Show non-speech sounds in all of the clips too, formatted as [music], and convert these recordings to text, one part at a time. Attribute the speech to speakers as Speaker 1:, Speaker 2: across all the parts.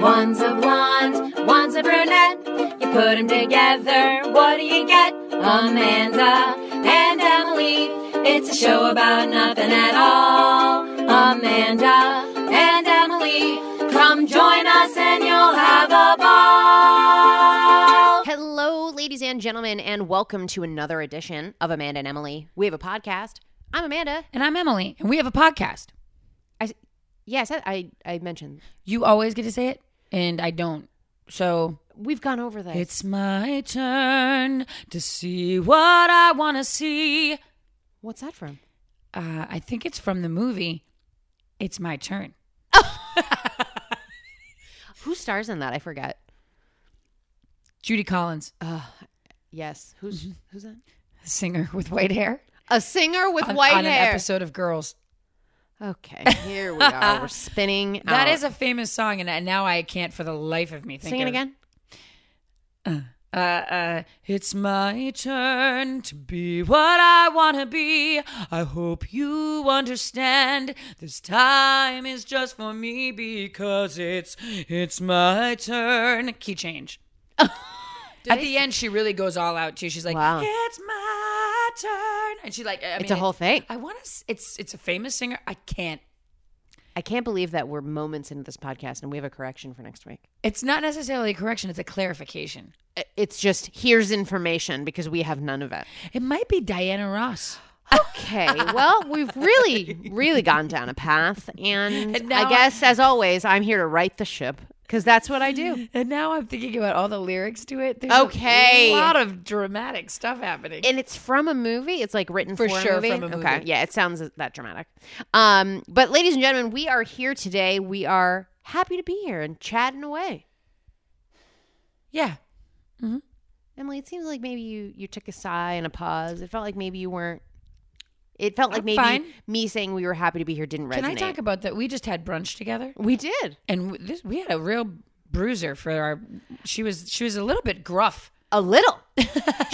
Speaker 1: One's a blonde, one's a brunette. You put 'em together, what do you get? Amanda and Emily. It's a show about nothing at all. Amanda and Emily, come join us and you'll have a ball.
Speaker 2: Hello, ladies and gentlemen, and welcome to another edition of Amanda and Emily. We have a podcast. I'm Amanda.
Speaker 3: And I'm Emily, and we have a podcast.
Speaker 2: Yes, I, I, I mentioned
Speaker 3: You always get to say it, and I don't. So
Speaker 2: we've gone over this.
Speaker 3: it's my turn to see what I want to see. Uh,
Speaker 2: What's that from?
Speaker 3: I think it's from the movie. It's my turn.
Speaker 2: Who stars in that? I forget.
Speaker 3: Judy Collins, a
Speaker 2: Yes, who's who's that?
Speaker 3: singer with white hair,
Speaker 2: Mm-hmm. A singer with
Speaker 3: on,
Speaker 2: white
Speaker 3: on an
Speaker 2: hair.
Speaker 3: episode of Girls.
Speaker 2: Okay, here we are. [laughs] We're spinning.
Speaker 3: That
Speaker 2: out.
Speaker 3: is a famous song, and I- now I can't for the life of me think
Speaker 2: sing it
Speaker 3: of-
Speaker 2: again.
Speaker 3: Uh, uh, it's my turn to be what I want to be. I hope you understand. This time is just for me because it's it's my turn. Key
Speaker 2: [laughs]
Speaker 3: change. At the end, she really goes all out too. She's like,
Speaker 2: Wow.
Speaker 3: "It's my turn," and she like, I
Speaker 2: It's
Speaker 3: mean,
Speaker 2: a whole thing.
Speaker 3: I want to. It's it's a famous singer. I can't.
Speaker 2: I can't believe that we're moments into this podcast and we have a correction for next week.
Speaker 3: It's not necessarily a correction. It's a clarification.
Speaker 2: I- It's just here's information because we have none of it.
Speaker 3: It might be Diana Ross.
Speaker 2: Okay, well, we've really, really gone down a path. And,
Speaker 3: And
Speaker 2: I
Speaker 3: now
Speaker 2: guess, as always, I'm here to right the ship because that's what
Speaker 3: [laughs]
Speaker 2: I do.
Speaker 3: And now I'm thinking about all the lyrics to it. There's
Speaker 2: Okay.
Speaker 3: a lot of dramatic stuff happening.
Speaker 2: And it's from a movie. It's like written for,
Speaker 3: For
Speaker 2: a
Speaker 3: sure
Speaker 2: movie.
Speaker 3: from a
Speaker 2: Okay,
Speaker 3: movie.
Speaker 2: yeah, it sounds that dramatic. Um, but, ladies and gentlemen, we are here today. We are happy to be here and chatting away.
Speaker 3: yeah,
Speaker 2: Emily, it seems like maybe you you took a sigh and a pause. It felt like maybe you weren't. It felt like
Speaker 3: I'm
Speaker 2: maybe
Speaker 3: fine.
Speaker 2: me saying we were happy to be here didn't resonate.
Speaker 3: can I talk about that? We just had brunch together,
Speaker 2: we did
Speaker 3: and w- this, we had a real bruiser for our. She was she was a little bit gruff.
Speaker 2: a little.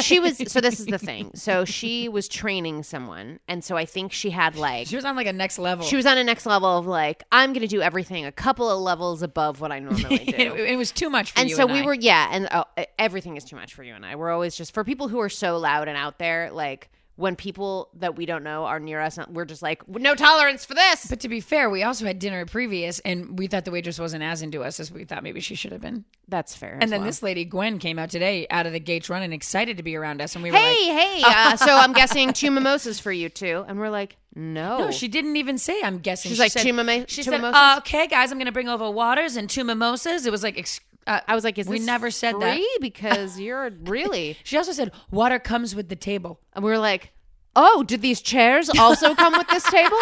Speaker 2: she was so. This is the thing. So she was training someone, and so I think she had like
Speaker 3: She was on like a next level.
Speaker 2: she was on a next level of like I'm going to do everything a couple of levels above what
Speaker 3: [laughs]
Speaker 2: I normally do.
Speaker 3: [laughs] it, it was too much for
Speaker 2: and
Speaker 3: you
Speaker 2: so we
Speaker 3: I.
Speaker 2: were yeah and oh, e- everything is too much for you and i we're always just for people who are so loud and out there like when people that we don't know are near us uh, we're just like no tolerance for this
Speaker 3: But to be fair, we also had dinner previous, and we thought the waitress wasn't as into us as we thought maybe she should have been.
Speaker 2: that's fair as
Speaker 3: And then
Speaker 2: well.
Speaker 3: this lady Gwen came out today, out of the gates running, excited to be around us, and we were like,
Speaker 2: hey hey uh, so i'm guessing two mimosas for you too and we're like
Speaker 3: [laughs]
Speaker 2: no,
Speaker 3: No, "Oh, she didn't even say. I'm guessing
Speaker 2: She's
Speaker 3: She
Speaker 2: like,
Speaker 3: said,
Speaker 2: "Two mimo-
Speaker 3: She
Speaker 2: two
Speaker 3: said,
Speaker 2: mimosas?"
Speaker 3: uh, "Okay, guys, I'm gonna bring over waters and two mimosas." It was like, ex- uh,
Speaker 2: i was like is
Speaker 3: we
Speaker 2: this
Speaker 3: never said
Speaker 2: free?
Speaker 3: that."
Speaker 2: because you're really
Speaker 3: She also said, "Water comes with the table."
Speaker 2: [laughs] and we were like oh did these chairs also come with this table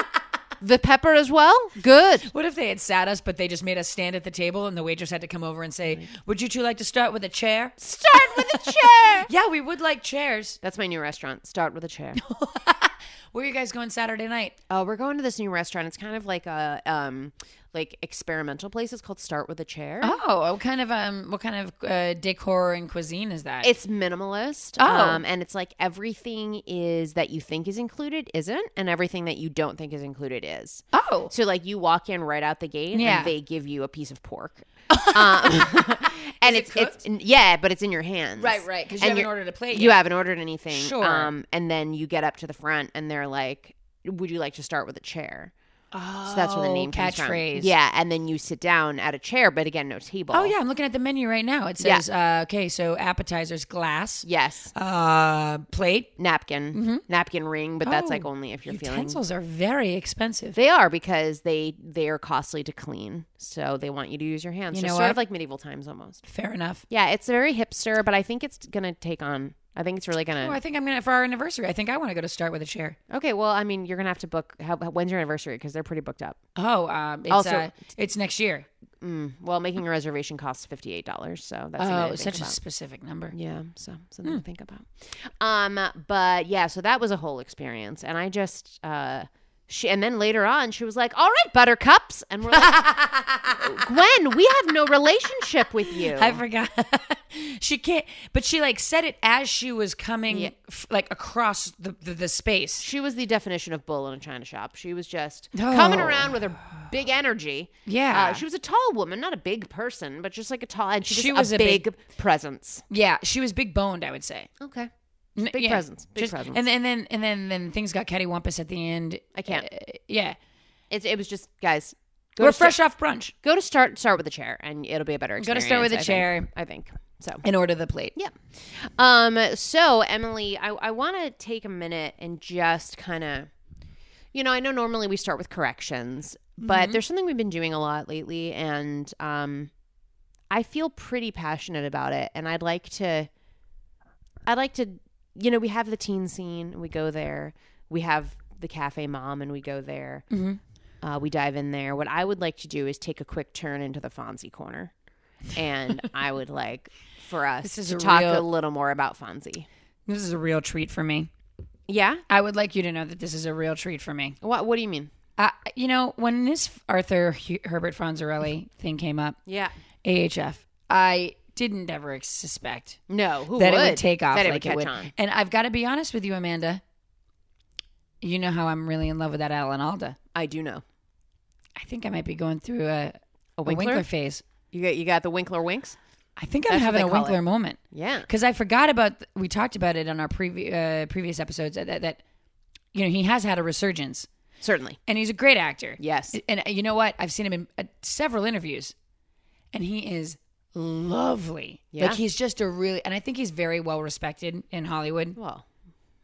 Speaker 2: the pepper as well good
Speaker 3: What if they had sat us, but they just made us stand at the table, and the waitress had to come over and say, "Would you two like to start with a chair?"
Speaker 2: start with a chair
Speaker 3: [laughs] Yeah, we would like chairs.
Speaker 2: that's my new restaurant start with a [laughs] chair
Speaker 3: Where are you guys going Saturday night?
Speaker 2: Uh, we're going to this new restaurant. It's kind of like a um, like experimental place. It's called Start with a Chair.
Speaker 3: Oh, what kind of um, what kind of uh, decor and cuisine is that?
Speaker 2: It's minimalist.
Speaker 3: Oh.
Speaker 2: Um, and it's like everything is that you think is included isn't, and everything that you don't think is included is.
Speaker 3: oh,
Speaker 2: So like you walk in right out the gate,
Speaker 3: Yeah.
Speaker 2: and they give you a piece of
Speaker 3: [laughs]
Speaker 2: pork. um, and
Speaker 3: Is
Speaker 2: it's
Speaker 3: it
Speaker 2: it's yeah, but it's in your hands.
Speaker 3: Right, right, 'cause you
Speaker 2: And
Speaker 3: haven't
Speaker 2: you're-
Speaker 3: ordered a plate
Speaker 2: You
Speaker 3: yet.
Speaker 2: haven't ordered anything.
Speaker 3: Sure.
Speaker 2: Um, and then you get up to the front, and they're like, "Would you like to start with a chair?"
Speaker 3: oh,
Speaker 2: So that's where the name comes from.
Speaker 3: catchphrase.
Speaker 2: Yeah, and then you sit down at a chair, but again, no table.
Speaker 3: Oh yeah, I'm looking at the menu right now. It
Speaker 2: Yeah.
Speaker 3: says, uh, okay, so appetizers, glass,
Speaker 2: Yes.
Speaker 3: uh, plate.
Speaker 2: Napkin. Napkin ring, but that's like
Speaker 3: Mm-hmm. Oh,
Speaker 2: only if you're feeling.
Speaker 3: Utensils are very expensive.
Speaker 2: They are because they they are costly to clean, so they want you to use your hands.
Speaker 3: You
Speaker 2: Just
Speaker 3: know
Speaker 2: sort
Speaker 3: what?
Speaker 2: of like medieval times almost.
Speaker 3: Fair enough.
Speaker 2: Yeah, it's very hipster, but I think it's gonna take on. I think it's really
Speaker 3: Oh,
Speaker 2: gonna.
Speaker 3: I think I'm gonna for our anniversary. I think I want to go to start with a chair.
Speaker 2: Okay, well, I mean, you're gonna have to book. How, when's your anniversary? Because they're pretty booked up.
Speaker 3: Oh, um, it's,
Speaker 2: Also-
Speaker 3: uh, it's next year.
Speaker 2: Mm. Well, making a reservation costs fifty eight dollars, so that's something
Speaker 3: Oh,
Speaker 2: to
Speaker 3: it's
Speaker 2: think
Speaker 3: such a
Speaker 2: about.
Speaker 3: specific number.
Speaker 2: Yeah, so something to think about. Um, but yeah, so that was a whole experience, and I just uh, she and then later on she was like, "All right, buttercups," and we're like, "Gwen, we have no relationship with you."
Speaker 3: I forgot. [laughs] she can't, but she like said it as she was coming
Speaker 2: Yeah.
Speaker 3: f- like across the, the, the space.
Speaker 2: she was the definition of bull in a china shop. She was just coming
Speaker 3: No.
Speaker 2: around with her big energy.
Speaker 3: Yeah.
Speaker 2: Uh, she was a tall woman, not a big person, but just like a tall, and she,
Speaker 3: She
Speaker 2: was
Speaker 3: was
Speaker 2: a,
Speaker 3: a
Speaker 2: big,
Speaker 3: big-
Speaker 2: presence.
Speaker 3: Yeah, she was big boned, I would say.
Speaker 2: Okay.
Speaker 3: N-
Speaker 2: Big presence, big presence.
Speaker 3: And, then- and then and then then things got cattywampus at the end.
Speaker 2: I can't.
Speaker 3: Uh, yeah,
Speaker 2: It, it was just, guys, go
Speaker 3: we're
Speaker 2: to sta-
Speaker 3: fresh off brunch.
Speaker 2: go to start start with a chair and it'll be a better
Speaker 3: Go to
Speaker 2: experience.
Speaker 3: start with a
Speaker 2: I think-
Speaker 3: chair.
Speaker 2: I think. So
Speaker 3: And order the plate.
Speaker 2: yeah. Um so Emily, I, I wanna take a minute and just kinda you know, I know normally we start with corrections, but there's something we've been doing a lot lately and um I feel pretty passionate about it and I'd like to I'd like to you know, we have the teen scene, and we go there. We have the cafe mom and we go there. Uh, we dive in there. What I would like to do is take a quick turn into the Fonzie corner, and I would like for us
Speaker 3: This is
Speaker 2: to
Speaker 3: a
Speaker 2: talk
Speaker 3: real-
Speaker 2: a little more about Fonzie.
Speaker 3: This is a real treat for me.
Speaker 2: Yeah.
Speaker 3: I would like you to know that this is a real treat for me.
Speaker 2: What What do you mean?
Speaker 3: Uh, you know, when this Arthur Hu Herbert Franzarelli thing came up,
Speaker 2: Yeah.
Speaker 3: AHF, I didn't ever suspect
Speaker 2: No. Who
Speaker 3: that
Speaker 2: would?
Speaker 3: it would take off like
Speaker 2: That it would catch
Speaker 3: would.
Speaker 2: on.
Speaker 3: And I've got to be honest with you, Amanda. You know how I'm really in love with that Alan Alda.
Speaker 2: I do know.
Speaker 3: I think I might be going through a,
Speaker 2: A
Speaker 3: a
Speaker 2: Winkler?
Speaker 3: Winkler? phase.
Speaker 2: You got You got the Winkler winks.
Speaker 3: I think I'm
Speaker 2: That's what
Speaker 3: having
Speaker 2: they
Speaker 3: a
Speaker 2: call
Speaker 3: Winkler
Speaker 2: it.
Speaker 3: moment
Speaker 2: Yeah.
Speaker 3: because I forgot about. th- we talked about it on our previ- uh, previous episodes that, that that you know he has had a resurgence
Speaker 2: Certainly.
Speaker 3: and he's a great actor.
Speaker 2: Yes.
Speaker 3: And you know what? I've seen him in uh, several interviews, and he is lovely.
Speaker 2: Yeah.
Speaker 3: Like he's just a really, and I think he's very well respected in Hollywood.
Speaker 2: Well,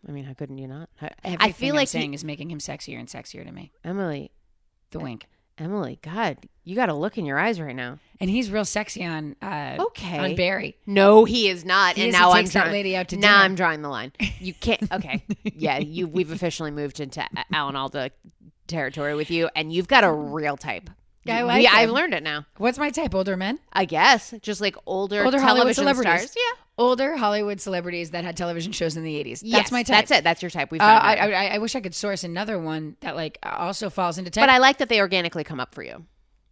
Speaker 2: I mean, how couldn't you not? I-
Speaker 3: Everything
Speaker 2: I feel
Speaker 3: I'm
Speaker 2: like he-
Speaker 3: saying is making him sexier and sexier to me.
Speaker 2: Emily.
Speaker 3: The wink,
Speaker 2: Emily, God, you got a look in your eyes right now.
Speaker 3: and he's real sexy on uh,
Speaker 2: Okay.
Speaker 3: on Barry.
Speaker 2: No, he is not.
Speaker 3: He
Speaker 2: and
Speaker 3: is. He
Speaker 2: now I'm
Speaker 3: takes that
Speaker 2: drawing,
Speaker 3: lady out to
Speaker 2: now
Speaker 3: dinner.
Speaker 2: I'm drawing the line. You can't.
Speaker 3: [laughs]
Speaker 2: Okay, yeah, you. We've officially moved into A- Alan Alda territory with you, and you've got a real type.
Speaker 3: I
Speaker 2: You-
Speaker 3: like
Speaker 2: we- I
Speaker 3: him.
Speaker 2: learned it now.
Speaker 3: What's my type? Older men,
Speaker 2: I guess just like older,
Speaker 3: older Hollywood
Speaker 2: television
Speaker 3: celebrities.
Speaker 2: stars. Yeah,
Speaker 3: older Hollywood celebrities that had television shows in the eighties. That's
Speaker 2: Yes,
Speaker 3: my type.
Speaker 2: That's it. That's your type. We
Speaker 3: Uh,
Speaker 2: found
Speaker 3: I,
Speaker 2: it.
Speaker 3: I, I wish I could source another one that like also falls into type.
Speaker 2: but I like that they organically come up for you.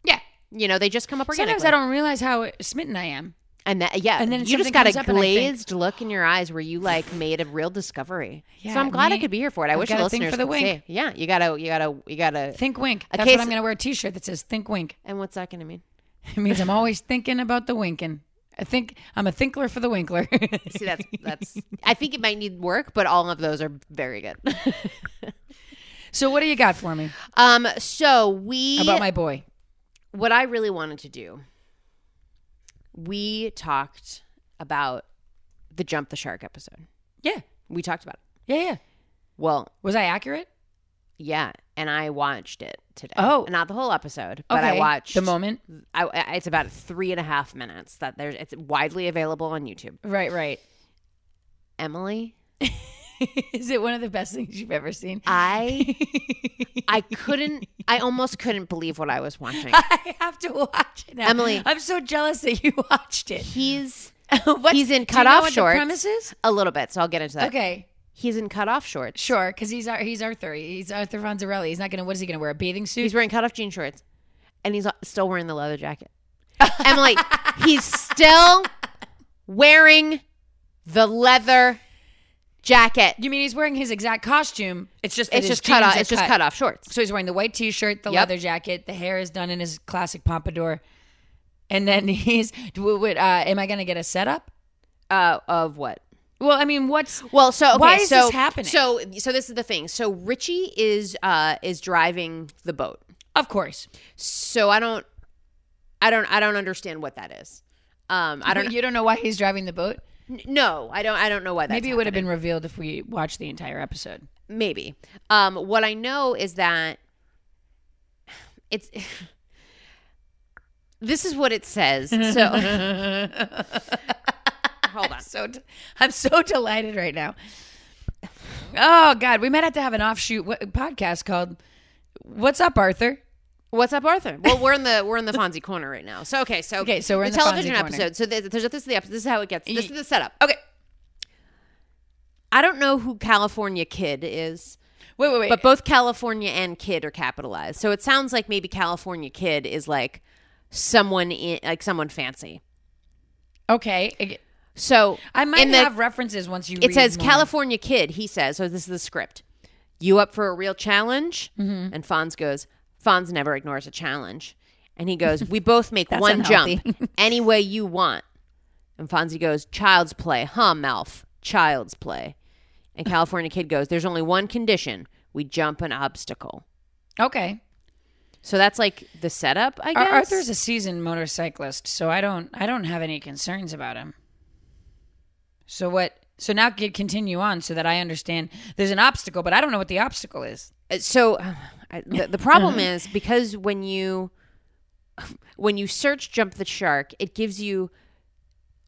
Speaker 3: yeah.
Speaker 2: You know, they just come up organically.
Speaker 3: Sometimes I don't realize how smitten I am.
Speaker 2: And that, yeah, and
Speaker 3: And
Speaker 2: then
Speaker 3: then
Speaker 2: you
Speaker 3: something
Speaker 2: just got a
Speaker 3: comes up and I think-
Speaker 2: glazed look in your eyes where you like made a real discovery.
Speaker 3: Yeah,
Speaker 2: so I'm glad I
Speaker 3: me-
Speaker 2: could be here for it. I
Speaker 3: I've
Speaker 2: wish
Speaker 3: got
Speaker 2: the
Speaker 3: a thing
Speaker 2: listeners
Speaker 3: for the
Speaker 2: could
Speaker 3: wink.
Speaker 2: see. Yeah, you gotta, you gotta, you gotta.
Speaker 3: Think wink.
Speaker 2: A
Speaker 3: That's
Speaker 2: case-
Speaker 3: what I'm going to wear a t-shirt that says think wink.
Speaker 2: and what's that gonna mean?
Speaker 3: It means I'm always thinking about the winking. I think I'm a thinkler for the winkler. [laughs]
Speaker 2: See, that's [laughs] that's. I think it might need work, but all of those are very good. [laughs]
Speaker 3: so what do you got for me
Speaker 2: um, so we
Speaker 3: about my boy?
Speaker 2: what I really wanted to do. We talked about the jump the shark episode.
Speaker 3: Yeah.
Speaker 2: We talked about it.
Speaker 3: Yeah, yeah.
Speaker 2: Well,
Speaker 3: Was I accurate?
Speaker 2: yeah, and I watched it today.
Speaker 3: Oh.
Speaker 2: not the whole episode, but I watched
Speaker 3: the moment.
Speaker 2: I, I- it's about three and a half minutes that there's. It's widely available on YouTube.
Speaker 3: Right, right. [laughs]
Speaker 2: Emily,
Speaker 3: Is it one of the best things you've ever seen?
Speaker 2: I, I couldn't. I almost couldn't believe what I was
Speaker 3: [laughs] [laughs]
Speaker 2: watching.
Speaker 3: I have to watch it now.
Speaker 2: Emily.
Speaker 3: I'm so jealous that you [laughs] watched it.
Speaker 2: He's
Speaker 3: What's-
Speaker 2: He's in
Speaker 3: do
Speaker 2: cutoff
Speaker 3: you know what
Speaker 2: shorts.
Speaker 3: The premise is?
Speaker 2: a little bit, so I'll get into that.
Speaker 3: Okay,
Speaker 2: He's in cutoff shorts.
Speaker 3: sure. Because he's Ar- he's Arthur. He's Arthur Ronzarelli. He's not gonna. What is he gonna wear? A bathing suit?
Speaker 2: He's wearing cutoff jean shorts, and he's still wearing the
Speaker 3: [laughs]
Speaker 2: leather jacket. Emily, he's still wearing the leather jacket.
Speaker 3: you mean he's wearing his exact costume? It's just that
Speaker 2: It's
Speaker 3: his
Speaker 2: just cut
Speaker 3: jeans
Speaker 2: off.
Speaker 3: are
Speaker 2: It's just cut off shorts.
Speaker 3: So he's wearing the white T-shirt, the
Speaker 2: Yep.
Speaker 3: leather jacket. The hair is done in his classic pompadour, and then [laughs] he's. w- w- uh, am I gonna get a setup?
Speaker 2: Uh, of what?
Speaker 3: Well, I mean, what's
Speaker 2: Well, so okay,
Speaker 3: Why is
Speaker 2: so
Speaker 3: this happening?
Speaker 2: so so this is the thing. So Richie is uh is driving the boat.
Speaker 3: of course
Speaker 2: So I don't I don't I don't understand what that is. Um I don't
Speaker 3: You don't know why he's driving the boat.
Speaker 2: n- no, I don't I don't know why that's
Speaker 3: Maybe it would have been revealed if we watched the entire episode.
Speaker 2: happening. maybe. Um what I know is that it's [laughs] This is what it says. So [laughs] hold on.
Speaker 3: so d- I'm so [laughs] delighted right now. Oh God, we might have to have an offshoot w- podcast called "What's Up, Arthur."
Speaker 2: What's up, Arthur? Well, we're in the we're in the Fonzie corner right now. So okay, so
Speaker 3: Okay, so we're
Speaker 2: the
Speaker 3: in the
Speaker 2: television
Speaker 3: Fonzie corner.
Speaker 2: episode. So there's, there's this is the episode. This is how it gets. This is the setup.
Speaker 3: Okay,
Speaker 2: I don't know who California Kid is.
Speaker 3: Wait, wait, wait.
Speaker 2: But both California and kid are capitalized. So it sounds like maybe California kid is like someone in, like someone fancy.
Speaker 3: okay. I-
Speaker 2: So
Speaker 3: I might
Speaker 2: in the-
Speaker 3: have references once you
Speaker 2: It
Speaker 3: read
Speaker 2: says
Speaker 3: more.
Speaker 2: California kid, he says. So this is the script. You up for a real challenge?
Speaker 3: Mm-hmm.
Speaker 2: And Fonz goes, Fonz never ignores a challenge. And he goes, We
Speaker 3: [laughs]
Speaker 2: both make one jump any way you want. And Fonzie goes, Child's play, huh, Malf? Child's play. And California kid goes, There's only one condition we jump an obstacle.
Speaker 3: Okay.
Speaker 2: So that's like the setup, I
Speaker 3: Ar-
Speaker 2: guess.
Speaker 3: Arthur's a seasoned motorcyclist, so I don't I don't have any concerns about him. So what so now c- continue on so that I understand there's an obstacle, but I don't know what the obstacle is.
Speaker 2: Uh, so [sighs] I, the, the
Speaker 3: [laughs]
Speaker 2: problem is because when you [sighs] when you search jump the shark it gives you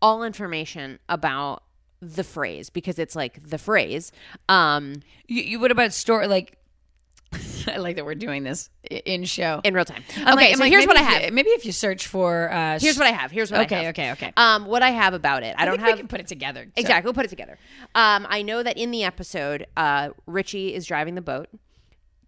Speaker 2: all information about the phrase because it's like the phrase um
Speaker 3: You, you what about store like [laughs] I like that we're doing this i- in show.
Speaker 2: in real time okay
Speaker 3: I'm like- I'm
Speaker 2: so
Speaker 3: like,
Speaker 2: here's what i
Speaker 3: maybe if
Speaker 2: have
Speaker 3: you- maybe if you search for uh
Speaker 2: here's what i have here's what
Speaker 3: Okay,
Speaker 2: I have.
Speaker 3: okay, okay.
Speaker 2: um what i have about it i, don't
Speaker 3: think we
Speaker 2: have
Speaker 3: can put it together. so-
Speaker 2: Exactly. We'll put it together. Um, I know that in the episode, uh, Richie is driving the boat.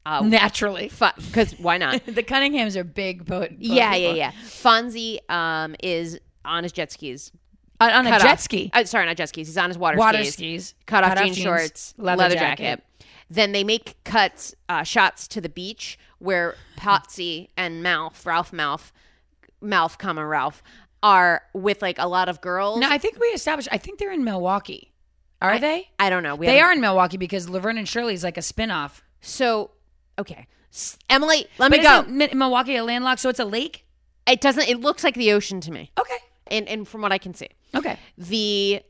Speaker 3: Naturally.
Speaker 2: Because
Speaker 3: [laughs]
Speaker 2: why not?
Speaker 3: The Cunninghams are big boat. boat
Speaker 2: yeah, yeah,
Speaker 3: people.
Speaker 2: yeah. Fonzie um, is on his jet skis
Speaker 3: On, on a
Speaker 2: cut
Speaker 3: jet
Speaker 2: off-
Speaker 3: ski.
Speaker 2: Uh, sorry, not jet skis. He's on his water,
Speaker 3: Water
Speaker 2: skis.
Speaker 3: skis.
Speaker 2: Cut off
Speaker 3: Cut-off
Speaker 2: jean
Speaker 3: jeans,
Speaker 2: shorts,
Speaker 3: leather
Speaker 2: leather,
Speaker 3: jacket.
Speaker 2: jacket. Then they make cuts, uh, shots to the beach where Patsy and Malf, Ralph Malf, Malf, comma Ralph, are with like a lot of girls.
Speaker 3: No, I think we established. I think they're in Milwaukee. Are they?
Speaker 2: I don't know. We
Speaker 3: They
Speaker 2: haven't-
Speaker 3: are in Milwaukee because Laverne and Shirley is like a spinoff.
Speaker 2: So, okay. S- Emily, let
Speaker 3: But
Speaker 2: me go.
Speaker 3: isn't Mi- Milwaukee a landlocked, so it's a lake.
Speaker 2: It doesn't, it looks like the ocean to me.
Speaker 3: Okay.
Speaker 2: And, and from what I can see,
Speaker 3: Okay.
Speaker 2: the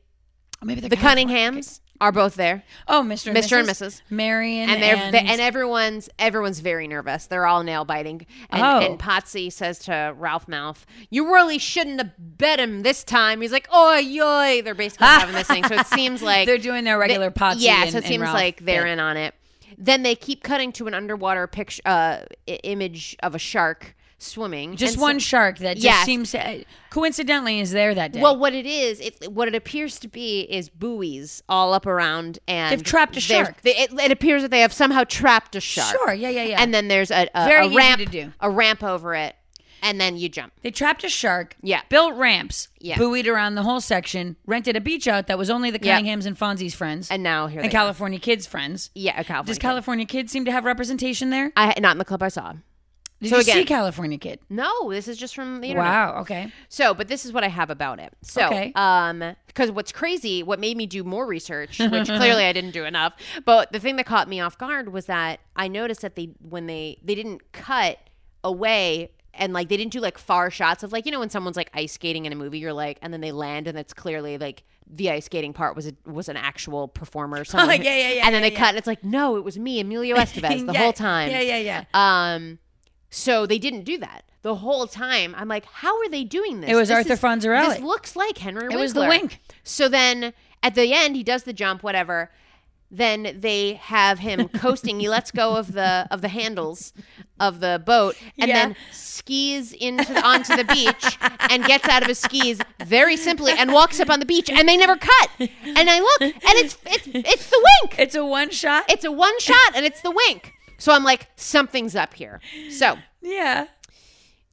Speaker 3: Oh, maybe they're
Speaker 2: the
Speaker 3: California.
Speaker 2: Cunninghams are both there,
Speaker 3: Oh, Mr. and
Speaker 2: Mr. and
Speaker 3: Mrs.
Speaker 2: Mrs.
Speaker 3: Marion
Speaker 2: and they're and, everyone's everyone's very nervous. They're all nail biting. And,
Speaker 3: Oh.
Speaker 2: and Potsy says to Ralph Mouth, "You really shouldn't have bet him this time." He's like, "Oh, yoy!" They're basically having this thing.
Speaker 3: [laughs]
Speaker 2: So it seems like
Speaker 3: they're doing their regular pots.
Speaker 2: yeah,
Speaker 3: and,
Speaker 2: so it
Speaker 3: and
Speaker 2: seems
Speaker 3: Ralph
Speaker 2: like they're
Speaker 3: bit.
Speaker 2: in on it. Then they keep cutting to an underwater picture uh, i- image of a shark swimming.
Speaker 3: just
Speaker 2: And so-
Speaker 3: one shark that just
Speaker 2: Yes.
Speaker 3: seems to, coincidentally is there that day.
Speaker 2: well, what it is, it, what it appears to be, is buoys all up around, and
Speaker 3: They've trapped a
Speaker 2: they're-
Speaker 3: shark.
Speaker 2: They, it, it appears that they have somehow trapped a shark.
Speaker 3: Sure, yeah, yeah, yeah.
Speaker 2: And then there's a, a,
Speaker 3: Very
Speaker 2: a
Speaker 3: easy
Speaker 2: ramp
Speaker 3: to do.
Speaker 2: a ramp over it, and then you jump.
Speaker 3: they trapped a shark.
Speaker 2: Yeah.
Speaker 3: built ramps.
Speaker 2: Yeah.
Speaker 3: buoyed around the whole section. Rented a beach out that was only the
Speaker 2: Yeah.
Speaker 3: Cunninghams and Fonzie's friends
Speaker 2: And now here
Speaker 3: and
Speaker 2: they are.
Speaker 3: California kids' friends.
Speaker 2: Yeah, a California.
Speaker 3: Does California Kid seem to have representation there?
Speaker 2: I not in the clip I saw.
Speaker 3: Did
Speaker 2: So
Speaker 3: you see
Speaker 2: again-
Speaker 3: California Kid?
Speaker 2: No, this is just from the internet.
Speaker 3: Wow. Okay.
Speaker 2: So, but this is what I have about it. So,
Speaker 3: Okay.
Speaker 2: um, because what's crazy, what made me do more research, which clearly I didn't do enough, but the thing that caught me off guard was that I noticed that they when they they didn't cut away and like they didn't do like far shots of like you know when someone's like ice skating in a movie you're like and then they land and it's clearly like the ice skating part was a, was an
Speaker 3: [laughs]
Speaker 2: actual performer or something
Speaker 3: Oh, yeah, yeah, yeah,
Speaker 2: and then they cut and it's like no it was
Speaker 3: [laughs]
Speaker 2: me Emilio Estevez the
Speaker 3: Yeah,
Speaker 2: whole time
Speaker 3: Yeah, yeah, yeah.
Speaker 2: um, so they didn't do that the whole time. I'm like, how are they doing this?
Speaker 3: It was
Speaker 2: This
Speaker 3: Arthur
Speaker 2: is-
Speaker 3: Fonzarelli.
Speaker 2: This looks like Henry.
Speaker 3: It was the
Speaker 2: Winkler.
Speaker 3: wink.
Speaker 2: So then at the end, he does the jump, whatever. Then they
Speaker 3: [laughs]
Speaker 2: have him coasting. he lets go of the of the handles of the boat, and
Speaker 3: Yeah.
Speaker 2: then skis into onto the beach and gets out of his skis very simply and walks up on the beach. And they never cut. And I look, and it's it's it's the wink.
Speaker 3: It's a one shot.
Speaker 2: It's a one shot, and it's the wink. So I'm like, something's up here. So
Speaker 3: yeah.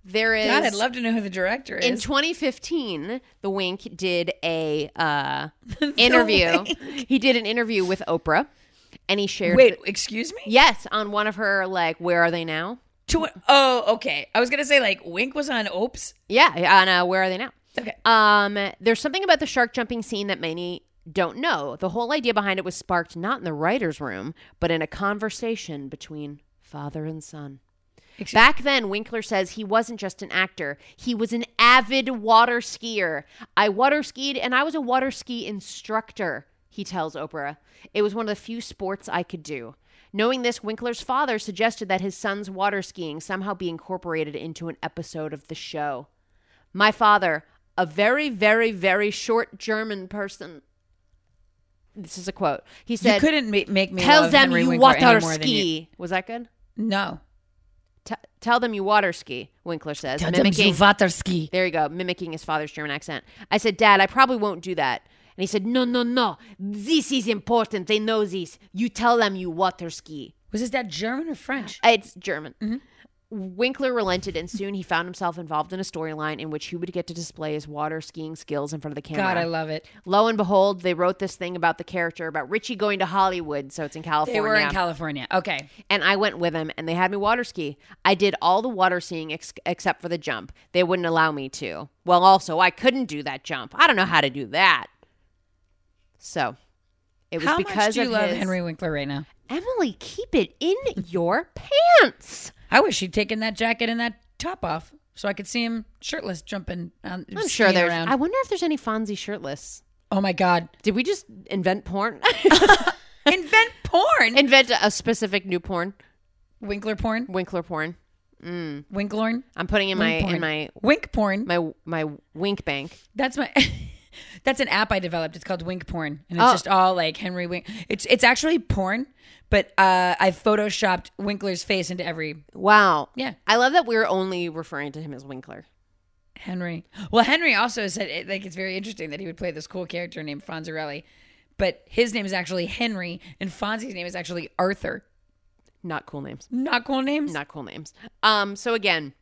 Speaker 2: there is.
Speaker 3: God, I'd love to know who the director
Speaker 2: in
Speaker 3: is.
Speaker 2: 2015, The Wink did a
Speaker 3: [laughs]
Speaker 2: uh, interview. He did an interview with Oprah, and he shared.
Speaker 3: Wait, excuse me.
Speaker 2: yes, on one of her like, "Where are they now?"
Speaker 3: Tw- oh, okay. I was gonna say like Wink was on Opes.
Speaker 2: Yeah, on uh, "Where are they now?"
Speaker 3: Okay.
Speaker 2: Um, there's something about the shark jumping scene that many don't know. The whole idea behind it was sparked not in the writer's room, but in a conversation between father and son.
Speaker 3: Excuse-
Speaker 2: Back then, Winkler says he wasn't just an actor, he was an avid water skier. I water skied and I was a water ski instructor, he tells Oprah. It was one of the few sports I could do. Knowing this, Winkler's father suggested that his son's water skiing somehow be incorporated into an episode of the show. My father, a very, very, very short German person. This is a quote. He
Speaker 3: you
Speaker 2: said,
Speaker 3: couldn't ma- make me
Speaker 2: "Tell
Speaker 3: love
Speaker 2: them
Speaker 3: Henry
Speaker 2: you
Speaker 3: Winkler any
Speaker 2: water
Speaker 3: more than you-
Speaker 2: ski." Was that good?
Speaker 3: No.
Speaker 2: T- tell them you water ski. Winkler says, mimicking.
Speaker 3: water ski.
Speaker 2: there you go, mimicking his father's German accent. I said, "Dad, I probably won't do that." And he said, "No, no, no. This is important. They know this. You tell them you water ski."
Speaker 3: Was his dad German or French?
Speaker 2: It's German.
Speaker 3: Mm-hmm.
Speaker 2: Winkler relented, and soon he found himself involved in a storyline in which he would get to display his water skiing skills in front of the camera.
Speaker 3: God, I love it.
Speaker 2: Lo and behold, they wrote this thing about the character about Richie going to Hollywood, so it's in
Speaker 3: They
Speaker 2: California.
Speaker 3: were in California. Okay.
Speaker 2: and I went with him, and they had me water ski. I did all the water skiing ex- except for the jump. They wouldn't allow me to. Well, also I couldn't do that jump. I don't know how to do that. So it was
Speaker 3: How
Speaker 2: because
Speaker 3: much do you
Speaker 2: of
Speaker 3: love
Speaker 2: his-
Speaker 3: Henry Winkler right now?
Speaker 2: Emily, keep it in your pants.
Speaker 3: I wish he'd taken that jacket and that top off so I could see him shirtless jumping. On,
Speaker 2: I'm sure there's.
Speaker 3: Around.
Speaker 2: I wonder if there's any Fonzie shirtless.
Speaker 3: oh my God.
Speaker 2: Did we just invent porn? [laughs]
Speaker 3: Invent porn.
Speaker 2: invent a specific new porn,
Speaker 3: Winkler porn.
Speaker 2: Winkler porn.
Speaker 3: Winklorn.
Speaker 2: I'm putting in my
Speaker 3: Wink porn.
Speaker 2: in my
Speaker 3: Wink porn.
Speaker 2: my my wink bank.
Speaker 3: That's my. [laughs] That's an app I developed. It's called Wink Porn, and it's
Speaker 2: Oh.
Speaker 3: just all like Henry Wink. It's it's actually porn, but uh, I photoshopped Winkler's face into every
Speaker 2: Wow.
Speaker 3: Yeah.
Speaker 2: I love that we're only referring to him as Winkler.
Speaker 3: Henry. Well, Henry also said it, like it's very interesting that he would play this cool character named Fonzarelli, but his name is actually Henry, and Fonzie's name is actually Arthur.
Speaker 2: Not cool
Speaker 3: [laughs]
Speaker 2: names.
Speaker 3: Not cool names.
Speaker 2: Not cool names. Um. So again,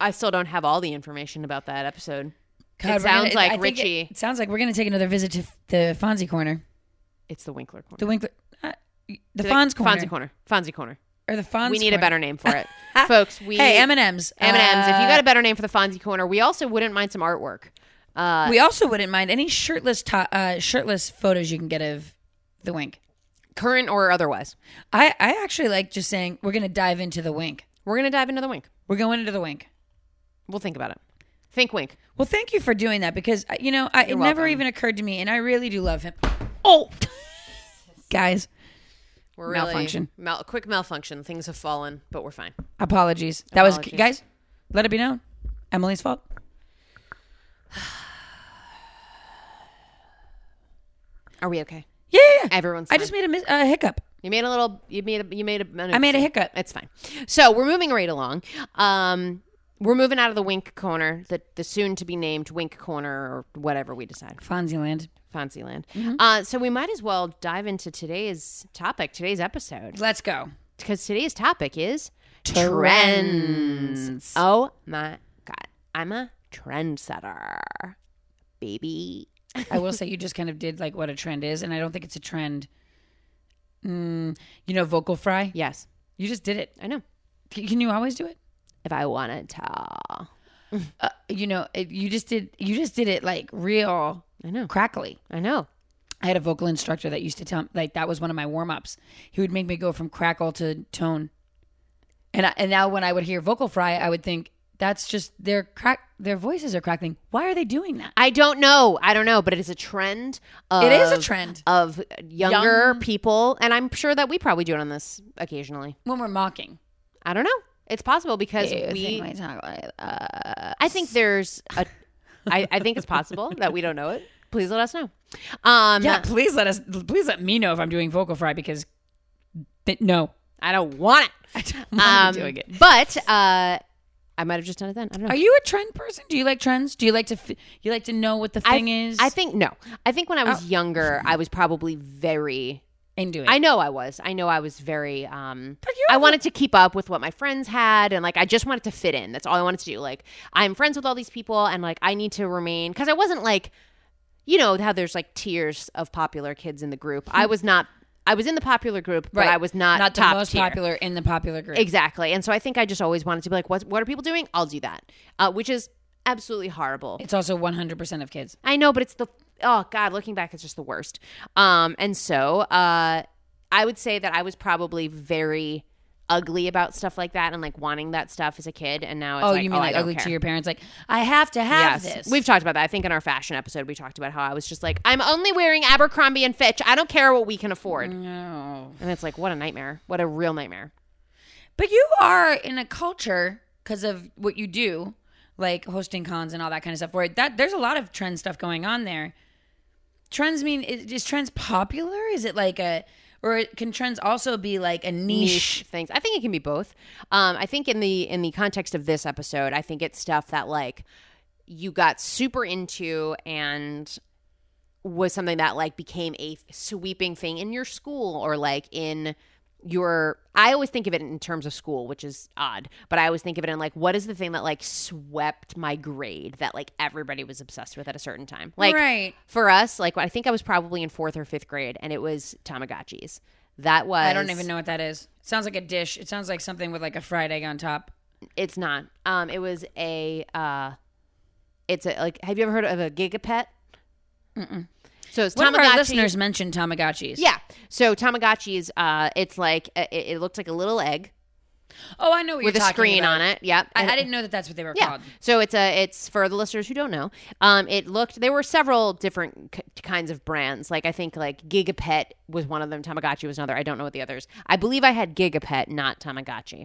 Speaker 2: I still don't have all the information about that episode.
Speaker 3: God,
Speaker 2: it
Speaker 3: we're gonna-
Speaker 2: sounds like
Speaker 3: I think it-
Speaker 2: Richie.
Speaker 3: It, sounds like we're gonna take another visit to f- the Fonzie corner,
Speaker 2: it's the Winkler corner.
Speaker 3: the Winkler, uh, the
Speaker 2: The
Speaker 3: Fonz corner,
Speaker 2: Fonzie corner. Fonzie corner.
Speaker 3: or the Fonz.
Speaker 2: we need
Speaker 3: corner.
Speaker 2: a better name for
Speaker 3: [laughs]
Speaker 2: it, folks. We
Speaker 3: Hey, M and M's. Uh,
Speaker 2: M&Ms. if you got a better name for the Fonzie corner, we also wouldn't mind some artwork. Uh,
Speaker 3: we also wouldn't mind any shirtless to- uh, shirtless photos you can get of the wink.
Speaker 2: current or otherwise.
Speaker 3: I, I actually like just saying we're gonna dive into the wink.
Speaker 2: We're gonna dive into the wink.
Speaker 3: We're going into the wink.
Speaker 2: We'll think about it. Think wink.
Speaker 3: Well, thank you for doing that because uh, you know I, it
Speaker 2: You're
Speaker 3: never
Speaker 2: welcome.
Speaker 3: even occurred to me, and I really do love him. Oh, [laughs] guys,
Speaker 2: We're really,
Speaker 3: Malfunction.
Speaker 2: Mal, quick malfunction. Things have fallen, but we're fine.
Speaker 3: apologies. That was
Speaker 2: Apologies.
Speaker 3: guys. Let it be known, Emily's fault.
Speaker 2: Are we okay?
Speaker 3: Yeah, yeah, yeah.
Speaker 2: Everyone's.
Speaker 3: I
Speaker 2: fine.
Speaker 3: just made a mis- uh, hiccup.
Speaker 2: You made a little. You made a. You made a.
Speaker 3: I made a hiccup.
Speaker 2: It's fine. So we're moving right along. Um, we're moving out of the wink corner, the the soon to be named wink corner or whatever we decide.
Speaker 3: Fonzie Land.
Speaker 2: Fancyland. Uh, so we might as well dive into today's topic, today's episode,
Speaker 3: Let's go.
Speaker 2: because today's topic is
Speaker 3: Trends.
Speaker 2: Oh my god, I'm a trendsetter, baby.
Speaker 3: I will say you just kind of did like what a trend is, and I don't think it's a trend. Mm, you know, vocal fry.
Speaker 2: Yes,
Speaker 3: You just did it.
Speaker 2: I know.
Speaker 3: C- Can you always do it?
Speaker 2: If I wanted to, I
Speaker 3: Uh, you know, it, you just did. You just did it like real
Speaker 2: know.
Speaker 3: crackly.
Speaker 2: I know.
Speaker 3: I had a vocal instructor that used to tell like that was one of my warm ups. He would make me go from crackle to tone, and I, and now when I would hear vocal fry, I would think that's just their crack. Their voices are crackling. Why are they doing that?
Speaker 2: I don't know. I don't know, but it is a trend. Of,
Speaker 3: It is a trend
Speaker 2: of younger
Speaker 3: Young-
Speaker 2: people, and I'm sure that we probably do it on this occasionally.
Speaker 3: when we're mocking.
Speaker 2: I don't know. It's possible because we uh,
Speaker 3: think we talk like that.
Speaker 2: I think there's a. I, I think it's possible that we don't know it. Please let us know. Um,
Speaker 3: Yeah, please let us. Please let me know if I'm doing vocal fry because th- no, [laughs]
Speaker 2: I don't want it.
Speaker 3: I don't want to
Speaker 2: Um,
Speaker 3: be doing it.
Speaker 2: But uh, I might have just done it then. I don't know.
Speaker 3: Are you a trend person? Do you like trends? Do you like to f- you like to know what the
Speaker 2: I,
Speaker 3: thing is Oh.
Speaker 2: I think no. I think when I was younger, I was probably very.
Speaker 3: and do it?
Speaker 2: I know I was. I know I was very. Um,
Speaker 3: you
Speaker 2: I
Speaker 3: have a-
Speaker 2: wanted to keep up with what my friends had, and like I just wanted to fit in. That's all I wanted to do. Like I'm friends with all these people, and like I need to remain because I wasn't like, you know how there's like tiers of popular kids in the group. I was not. I was in the popular group, but I was not,
Speaker 3: Hmm. not the
Speaker 2: top
Speaker 3: most
Speaker 2: tier.
Speaker 3: popular in the popular group.
Speaker 2: Exactly, and so I think I just always wanted to be like, what What are people doing? I'll do that, uh, which is absolutely horrible.
Speaker 3: It's also 100% of kids.
Speaker 2: I know, but it's the oh god, looking back, it's just the worst. Um, and so uh, I would say that I was probably very ugly about stuff like that and like wanting that stuff as a kid, and now it's
Speaker 3: Oh,
Speaker 2: like,
Speaker 3: you mean
Speaker 2: I
Speaker 3: like
Speaker 2: don't
Speaker 3: ugly
Speaker 2: care.
Speaker 3: to your parents? Like, I have to have
Speaker 2: Yes,
Speaker 3: this.
Speaker 2: we've talked about that. I think in our fashion episode, we talked about how I was just like, I'm only wearing Abercrombie and Fitch. I don't care what we can afford.
Speaker 3: Mm. No.
Speaker 2: And it's like, what a nightmare! What a real nightmare.
Speaker 3: But you are in a culture because of what you do, like hosting cons and all that kind of stuff, where that there's a lot of trend stuff going on there. Trends mean, is, is trends popular? Is it like a, or can trends also be like a niche?
Speaker 2: niche things. I think it can be both. Um, I think in the in the context of this episode, I think it's stuff that like you got super into and was something that like became a sweeping thing in your school or like in your I always think of it in terms of school, which is odd, but I always think of it in like what is the thing that like swept my grade that like everybody was obsessed with at a certain time. Like
Speaker 3: right.
Speaker 2: for us, like I think I was probably in 4th or 5th grade and it was Tamagotchis. That was
Speaker 3: I don't even know what that is. It sounds like a dish. It sounds like something with like a fried egg on top.
Speaker 2: It's not. Um it was a uh it's a like have you ever heard of a gigapet?
Speaker 3: Mm-mm.
Speaker 2: So it's
Speaker 3: One of our
Speaker 2: Tamagotchi.
Speaker 3: listeners mentioned Tamagotchis.
Speaker 2: Yeah. So Tamagotchis, uh, it's like it, it looked like a little egg
Speaker 3: Oh, I know what
Speaker 2: with a
Speaker 3: you're talking
Speaker 2: screen
Speaker 3: about.
Speaker 2: on it. Yep.
Speaker 3: I,
Speaker 2: And-
Speaker 3: I didn't know that that's what they were
Speaker 2: Yeah.
Speaker 3: called.
Speaker 2: So it's a it's for the listeners who don't know. Um, it looked there were several different k- kinds of brands. Like I think like Gigapet was one of them. Tamagotchi was another. I don't know what the others. I believe I had Gigapet, not Tamagotchi.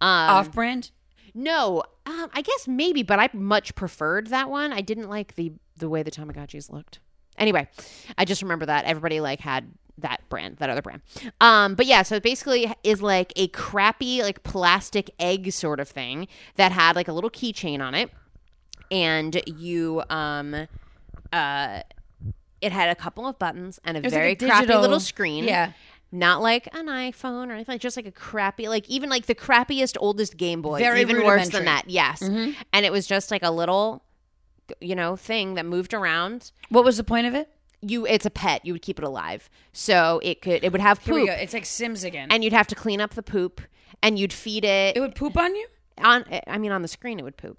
Speaker 2: Um,
Speaker 3: Off brand?
Speaker 2: no, um, I guess maybe, but I much preferred that one. I didn't like the the way the Tamagotchis looked. Anyway, I just remember that everybody like had that brand, that other brand. Um, but yeah, so it basically is like a crappy like plastic egg sort of thing that had like a little keychain on it, and you um uh. It had a couple of buttons and a
Speaker 3: was like
Speaker 2: very
Speaker 3: a
Speaker 2: crappy
Speaker 3: digital-
Speaker 2: little screen
Speaker 3: Yeah.
Speaker 2: not like an iPhone or anything, just like a crappy, like even like the crappiest, oldest Game Boy,
Speaker 3: Very
Speaker 2: even worse
Speaker 3: rudimentary. Mm-hmm.
Speaker 2: than that. Yes, and it was just like a little, you know, thing that moved around.
Speaker 3: What was the point of it?
Speaker 2: You, it's a pet. You would keep it alive, so it could, it would have
Speaker 3: Here we
Speaker 2: poop,
Speaker 3: go. It's like Sims again.
Speaker 2: and you'd have to clean up the poop, and you'd feed it,
Speaker 3: it would poop on you?
Speaker 2: on. I mean, on the screen, it would poop.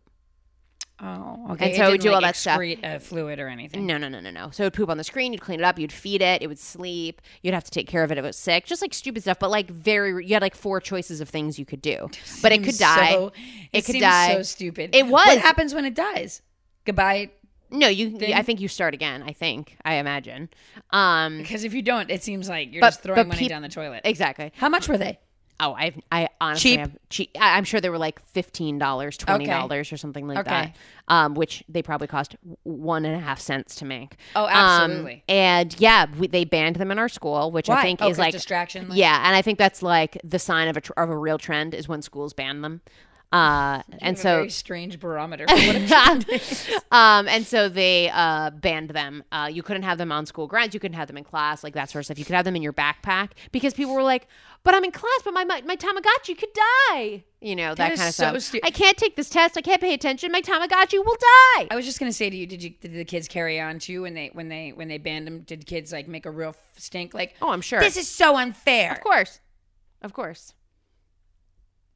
Speaker 3: Oh, okay.
Speaker 2: And
Speaker 3: It
Speaker 2: so it would
Speaker 3: didn't,
Speaker 2: do all
Speaker 3: like,
Speaker 2: that stuff.
Speaker 3: excrete a fluid or anything.
Speaker 2: No, no, no, no, no. So it would poop on the screen. You'd clean it up. You'd feed it. It would sleep. You'd have to take care of it if it was sick. Just like stupid stuff, but like very. You had like four choices of things you
Speaker 3: [laughs]
Speaker 2: could do, but it could
Speaker 3: Seems
Speaker 2: die.
Speaker 3: so-
Speaker 2: It
Speaker 3: it,
Speaker 2: could
Speaker 3: seems
Speaker 2: die.
Speaker 3: So stupid.
Speaker 2: It was.
Speaker 3: What happens when it dies? Goodbye.
Speaker 2: No, you.
Speaker 3: thing?
Speaker 2: I think you start again. I think. I imagine. Um.
Speaker 3: Because if you don't, it seems like you're
Speaker 2: But-
Speaker 3: just throwing
Speaker 2: but
Speaker 3: money
Speaker 2: peop-
Speaker 3: down the toilet.
Speaker 2: Exactly.
Speaker 3: How much were they?
Speaker 2: Oh, I. I honestly.
Speaker 3: Cheap?
Speaker 2: Have, cheap. I, I'm sure they were like fifteen dollars, twenty dollars, or something like
Speaker 3: Okay.
Speaker 2: that. Um, which they probably cost w- one and a half cents to make.
Speaker 3: Oh,
Speaker 2: Um,
Speaker 3: absolutely.
Speaker 2: and yeah, we, they banned them in our school, which I think
Speaker 3: Oh,
Speaker 2: is
Speaker 3: 'cause
Speaker 2: like.
Speaker 3: distraction. like-
Speaker 2: yeah, and I think that's like the sign of a tr- of a real trend is when schools ban them. Uh,
Speaker 3: You have
Speaker 2: and
Speaker 3: a
Speaker 2: so
Speaker 3: very strange barometer. for what a [laughs] trend is.
Speaker 2: [laughs] um, and so they uh, banned them. Uh, you couldn't have them on school grounds. You couldn't have them in class, like that sort of stuff. You could have them in your backpack because people were like, "But I'm in class, but my my, my Tamagotchi could die." You know that,
Speaker 3: That is
Speaker 2: kind of
Speaker 3: so
Speaker 2: stuff.
Speaker 3: stu-
Speaker 2: I can't take this test. I can't pay attention. My Tamagotchi will die.
Speaker 3: I was just gonna say to you, did you did the kids carry on too when they when they when they banned them? Did kids like make a real f- stink? Like
Speaker 2: oh, I'm sure.
Speaker 3: this is so unfair.
Speaker 2: of course, of course.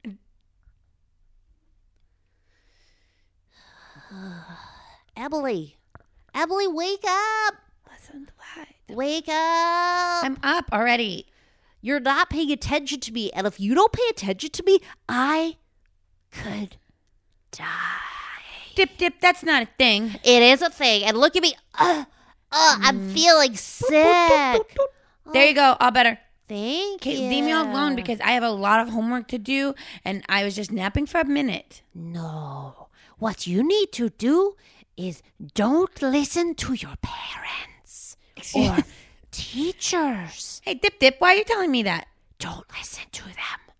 Speaker 2: [sighs] Emily, Emily, wake up! Wake up!
Speaker 3: I'm up already.
Speaker 2: You're not paying attention to me. And if you don't pay attention to me, I could die.
Speaker 3: Dip dip. That's not a thing.
Speaker 2: It is a thing. And look at me. Ugh, ugh,
Speaker 3: Mm.
Speaker 2: I'm feeling sick.
Speaker 3: There
Speaker 2: Oh.
Speaker 3: you go. All better.
Speaker 2: Thank
Speaker 3: Okay,
Speaker 2: you.
Speaker 3: leave me alone because I have a lot of homework to do, and I was just napping for a minute.
Speaker 2: No. What you need to do is don't listen to your
Speaker 3: [laughs]
Speaker 2: parents or teachers.
Speaker 3: Hey, dip dip. Why are you telling me that?
Speaker 2: Don't listen to them.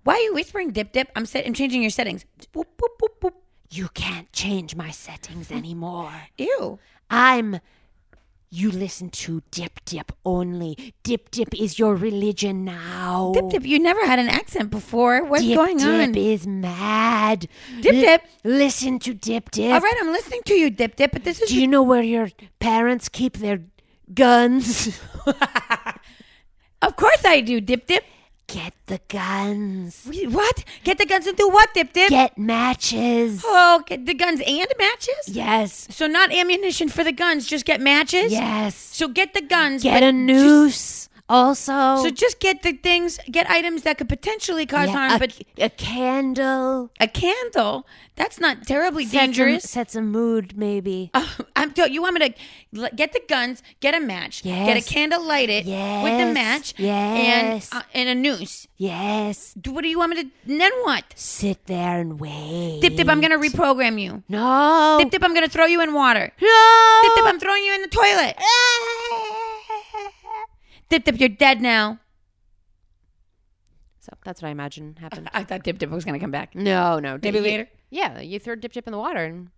Speaker 3: Why are you whispering, dip dip? I'm set. I'm changing your settings. Boop boop boop boop.
Speaker 2: You can't change my settings anymore.
Speaker 3: Ew.
Speaker 2: I'm. You listen to Dip Dip only. Dip Dip is your religion now.
Speaker 3: Dip dip. You never had an accent before. What's
Speaker 2: Dip
Speaker 3: going
Speaker 2: Dip
Speaker 3: on?
Speaker 2: is mad.
Speaker 3: Dip Dip.
Speaker 2: Listen to Dip Dip.
Speaker 3: All right, I'm listening to you, dip dip. But this is
Speaker 2: Do you know where your parents keep their guns? [laughs]
Speaker 3: Of course I do, Dip Dip.
Speaker 2: Get the guns.
Speaker 3: What? Get the guns and do what, Dip Dip?
Speaker 2: Get matches.
Speaker 3: oh, get the guns and matches?
Speaker 2: Yes.
Speaker 3: So not ammunition for the guns, just get matches?
Speaker 2: Yes.
Speaker 3: So get the guns.
Speaker 2: Get a noose. also.
Speaker 3: So just get the things, get items that could potentially cause
Speaker 2: Yeah,
Speaker 3: harm,
Speaker 2: a,
Speaker 3: but
Speaker 2: a candle.
Speaker 3: a candle, that's not terribly
Speaker 2: Sets a-
Speaker 3: dangerous. [laughs]
Speaker 2: sets a mood, maybe.
Speaker 3: Oh, I'm tell you want me to l- get the guns, get a match, get a
Speaker 2: Yes.
Speaker 3: candle, light it with the
Speaker 2: Yes.
Speaker 3: match,
Speaker 2: Yes.
Speaker 3: and uh, and a noose.
Speaker 2: yes.
Speaker 3: Do- What do you want me to? Then what?
Speaker 2: Sit there and wait.
Speaker 3: Dip dip, I'm gonna reprogram you.
Speaker 2: No.
Speaker 3: Dip dip, I'm gonna throw you in water.
Speaker 2: No.
Speaker 3: Dip dip, I'm throwing you in the toilet. Dip dip, you're dead now.
Speaker 2: So that's what I imagine happened.
Speaker 3: I thought Dip Dip was gonna come back.
Speaker 2: [laughs] No, no.
Speaker 3: Maybe
Speaker 2: You-
Speaker 3: later.
Speaker 2: Yeah, you throw dip dip in the water, and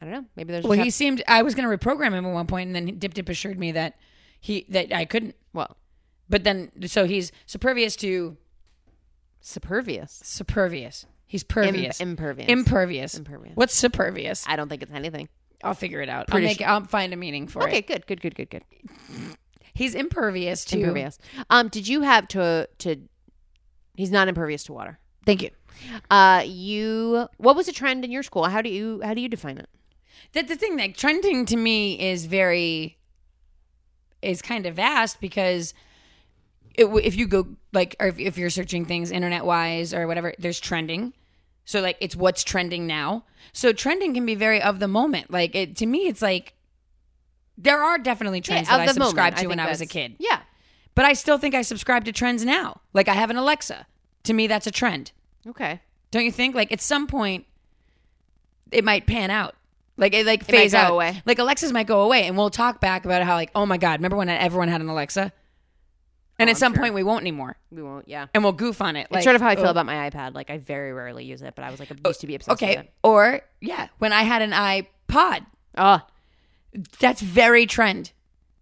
Speaker 2: I don't know. Maybe there's
Speaker 3: Well,
Speaker 2: just
Speaker 3: he seemed I was gonna reprogram him at one point, and then Dip Dip assured me that he that I couldn't.
Speaker 2: hap- well.
Speaker 3: But then, so he's supervious to
Speaker 2: Supervious.
Speaker 3: Supervious. He's
Speaker 2: Im-
Speaker 3: pervious.
Speaker 2: impervious.
Speaker 3: impervious.
Speaker 2: Impervious.
Speaker 3: What's supervious?
Speaker 2: I don't think it's anything.
Speaker 3: I'll figure it out. I'll
Speaker 2: Pretty
Speaker 3: make. I'll find a meaning for
Speaker 2: Okay,
Speaker 3: it.
Speaker 2: good, good, good, good, good.
Speaker 3: He's impervious to.
Speaker 2: Impervious. Um, did you have to to? He's not impervious to water.
Speaker 3: Thank you.
Speaker 2: Uh, you. What was a trend in your school? How do you how do you define it?
Speaker 3: That the thing like trending to me is very is kind of vast because it, w- if you go like or if, if you're searching things internet wise or whatever, there's trending. So like it's what's trending now. So trending can be very of the moment. Like it to me, it's like there are definitely trends
Speaker 2: Yeah,
Speaker 3: that
Speaker 2: of
Speaker 3: I
Speaker 2: the moment,
Speaker 3: subscribed to
Speaker 2: think
Speaker 3: when I was a
Speaker 2: that's-
Speaker 3: kid,
Speaker 2: Yeah.
Speaker 3: but I still think I subscribe to trends now. Like I have an Alexa. To me, that's a trend.
Speaker 2: Okay.
Speaker 3: Don't you think? Like at some point, it might pan out. Like it like
Speaker 2: might
Speaker 3: phase
Speaker 2: go
Speaker 3: out.
Speaker 2: away.
Speaker 3: Like Alexas might go away, and we'll talk back about how like oh my god, remember when everyone had an Alexa? And at some point, we won't anymore,
Speaker 2: We won't. Yeah.
Speaker 3: and we'll goof on it. Like
Speaker 2: Oh, it's sort of how I feel
Speaker 3: oh,
Speaker 2: about my iPad. Like I very rarely use it, but I was like used to be obsessed with
Speaker 3: Okay,
Speaker 2: it.
Speaker 3: or yeah, when I had an iPod,
Speaker 2: Oh,
Speaker 3: that's very trend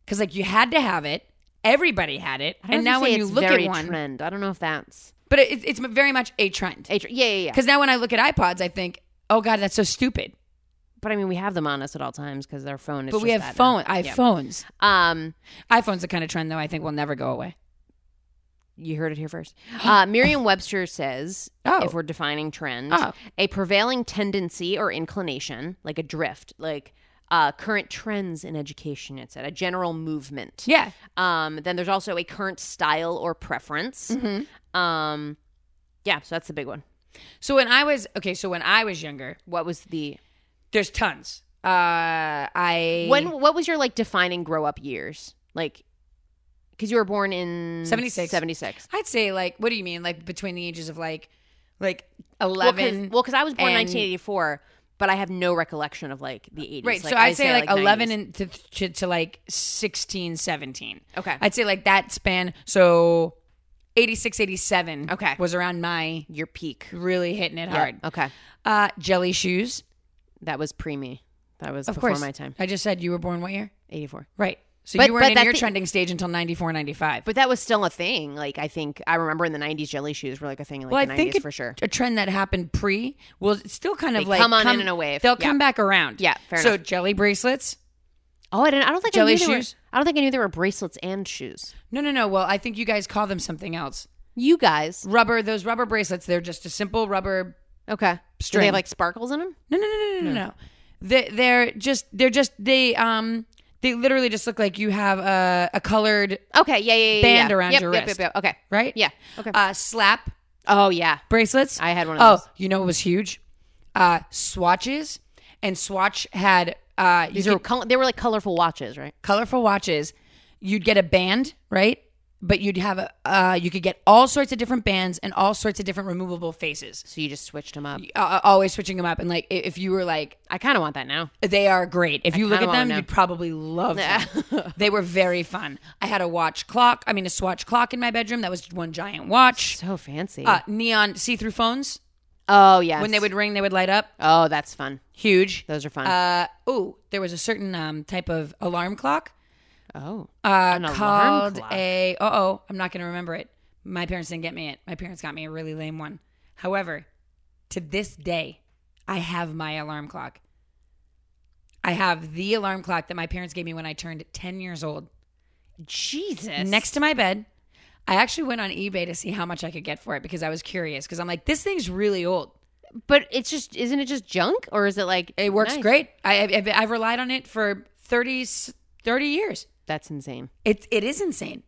Speaker 3: because like you had to have it. Everybody had it,
Speaker 2: I don't
Speaker 3: and
Speaker 2: know if
Speaker 3: now when
Speaker 2: say
Speaker 3: you
Speaker 2: it's
Speaker 3: look
Speaker 2: very
Speaker 3: at one,
Speaker 2: trend. I don't know if that's
Speaker 3: but it, it's very much a trend.
Speaker 2: a tr- yeah, yeah, yeah.
Speaker 3: Because now when I look at iPods, I think, oh god, that's so stupid.
Speaker 2: But I mean, we have them on us at all times because our phone is.
Speaker 3: But we
Speaker 2: just
Speaker 3: have
Speaker 2: that now.
Speaker 3: phone, iPhones.
Speaker 2: Um,
Speaker 3: iPhone's the kind of trend though I think will never go away.
Speaker 2: you heard it
Speaker 3: [gasps]
Speaker 2: here first. Uh, Merriam-Webster says,
Speaker 3: Oh.
Speaker 2: if we're defining trend,
Speaker 3: Oh.
Speaker 2: a prevailing tendency or inclination, like a drift, like uh, current trends in education. It said a general movement.
Speaker 3: Yeah.
Speaker 2: Um, then there's also a current style or preference.
Speaker 3: Mm-hmm.
Speaker 2: Um, yeah, so that's the big one.
Speaker 3: So when I was okay, so when I was younger,
Speaker 2: What was the
Speaker 3: there's tons. Uh I
Speaker 2: when? What was your like defining grow-up years? Like, because you were born in
Speaker 3: 76.
Speaker 2: Seventy-six.
Speaker 3: I'd say like what do you mean? Like between the ages of like like
Speaker 2: Well, 'cause-
Speaker 3: eleven
Speaker 2: Well, because I was born in
Speaker 3: and-
Speaker 2: 1984, but I have no recollection of like the 80s.
Speaker 3: Right.
Speaker 2: Like,
Speaker 3: so I'd say, like, 11
Speaker 2: 90s.
Speaker 3: and to, to, to like 16, 17.
Speaker 2: Okay.
Speaker 3: I'd say like that span. So 86, 87
Speaker 2: Okay.
Speaker 3: was around my
Speaker 2: your peak.
Speaker 3: really hitting it
Speaker 2: Yeah,
Speaker 3: hard.
Speaker 2: Okay,
Speaker 3: Uh, jelly shoes.
Speaker 2: that was pre me. That was
Speaker 3: Of
Speaker 2: before
Speaker 3: course.
Speaker 2: my time.
Speaker 3: I just said you were born what year?
Speaker 2: 84.
Speaker 3: Right. So
Speaker 2: But-
Speaker 3: you weren't
Speaker 2: but
Speaker 3: in
Speaker 2: that
Speaker 3: your
Speaker 2: thi-
Speaker 3: trending stage until 94, 95.
Speaker 2: But that was still a thing. Like I think I remember in the 90s, jelly shoes were like a thing. in, Like
Speaker 3: well,
Speaker 2: the
Speaker 3: I
Speaker 2: 90s
Speaker 3: think it-
Speaker 2: for sure.
Speaker 3: a trend that happened pre will still kind of
Speaker 2: They
Speaker 3: like
Speaker 2: come on in in a wave.
Speaker 3: They'll
Speaker 2: Yeah.
Speaker 3: come back around.
Speaker 2: Yeah, fair
Speaker 3: so
Speaker 2: enough.
Speaker 3: jelly bracelets?
Speaker 2: Oh, I didn't. I don't think I
Speaker 3: Jelly
Speaker 2: knew there were-
Speaker 3: shoes?
Speaker 2: I don't think I knew there were bracelets and shoes.
Speaker 3: No, no, no. Well, I think you guys call them something else.
Speaker 2: You guys.
Speaker 3: Rubber. Those rubber bracelets. They're just a simple rubber.
Speaker 2: Okay. Do they
Speaker 3: String.
Speaker 2: have like sparkles in them?
Speaker 3: No, no, no, no, no, no. no. They, they're just. They're just. They um. They literally just look like you have a, a colored
Speaker 2: Okay. Yeah. Yeah. yeah
Speaker 3: Band
Speaker 2: yeah.
Speaker 3: around
Speaker 2: yep,
Speaker 3: your
Speaker 2: yep,
Speaker 3: wrist.
Speaker 2: Yep, yep, Okay.
Speaker 3: right.
Speaker 2: Yeah. Okay.
Speaker 3: Uh, slap
Speaker 2: oh yeah.
Speaker 3: bracelets.
Speaker 2: I had one of
Speaker 3: Oh,
Speaker 2: those.
Speaker 3: you know what was huge? Uh, swatches. And Swatch had uh, you
Speaker 2: These are col- they were like colorful watches, right?
Speaker 3: colorful watches. You'd get a band, right? But you'd have a, uh, you could get all sorts of different bands and all sorts of different removable faces.
Speaker 2: So you just switched them up.
Speaker 3: Uh, always switching them up, and like i- if you were like,
Speaker 2: I kind of want that now.
Speaker 3: they are great. If you look
Speaker 2: kinda
Speaker 3: at
Speaker 2: wanna
Speaker 3: them,
Speaker 2: know.
Speaker 3: you'd probably love them.
Speaker 2: [laughs]
Speaker 3: they were very fun. I had a watch clock. I mean, a Swatch clock in my bedroom. That was just one giant watch.
Speaker 2: So fancy.
Speaker 3: Uh, neon see-through phones.
Speaker 2: oh yes.
Speaker 3: When they would ring, they would light up.
Speaker 2: Oh, that's fun.
Speaker 3: Huge.
Speaker 2: Those are fun.
Speaker 3: Uh, oh, there was a certain um, type of alarm clock.
Speaker 2: oh.
Speaker 3: uh,
Speaker 2: An alarm
Speaker 3: called
Speaker 2: clock.
Speaker 3: a. Uh oh, I'm not going to remember it. My parents didn't get me it. My parents got me a really lame one. However, to this day, I have my alarm clock. I have the alarm clock that my parents gave me when I turned 10 years old
Speaker 2: Jesus.
Speaker 3: next to my bed. I actually went on eBay to see how much I could get for it because I was curious because I'm like, this thing's really old.
Speaker 2: But it's just isn't it just junk or is it like
Speaker 3: It works
Speaker 2: nice?
Speaker 3: great. I, I've, I've relied on it for 30, 30 years.
Speaker 2: That's insane.
Speaker 3: It, it is insane.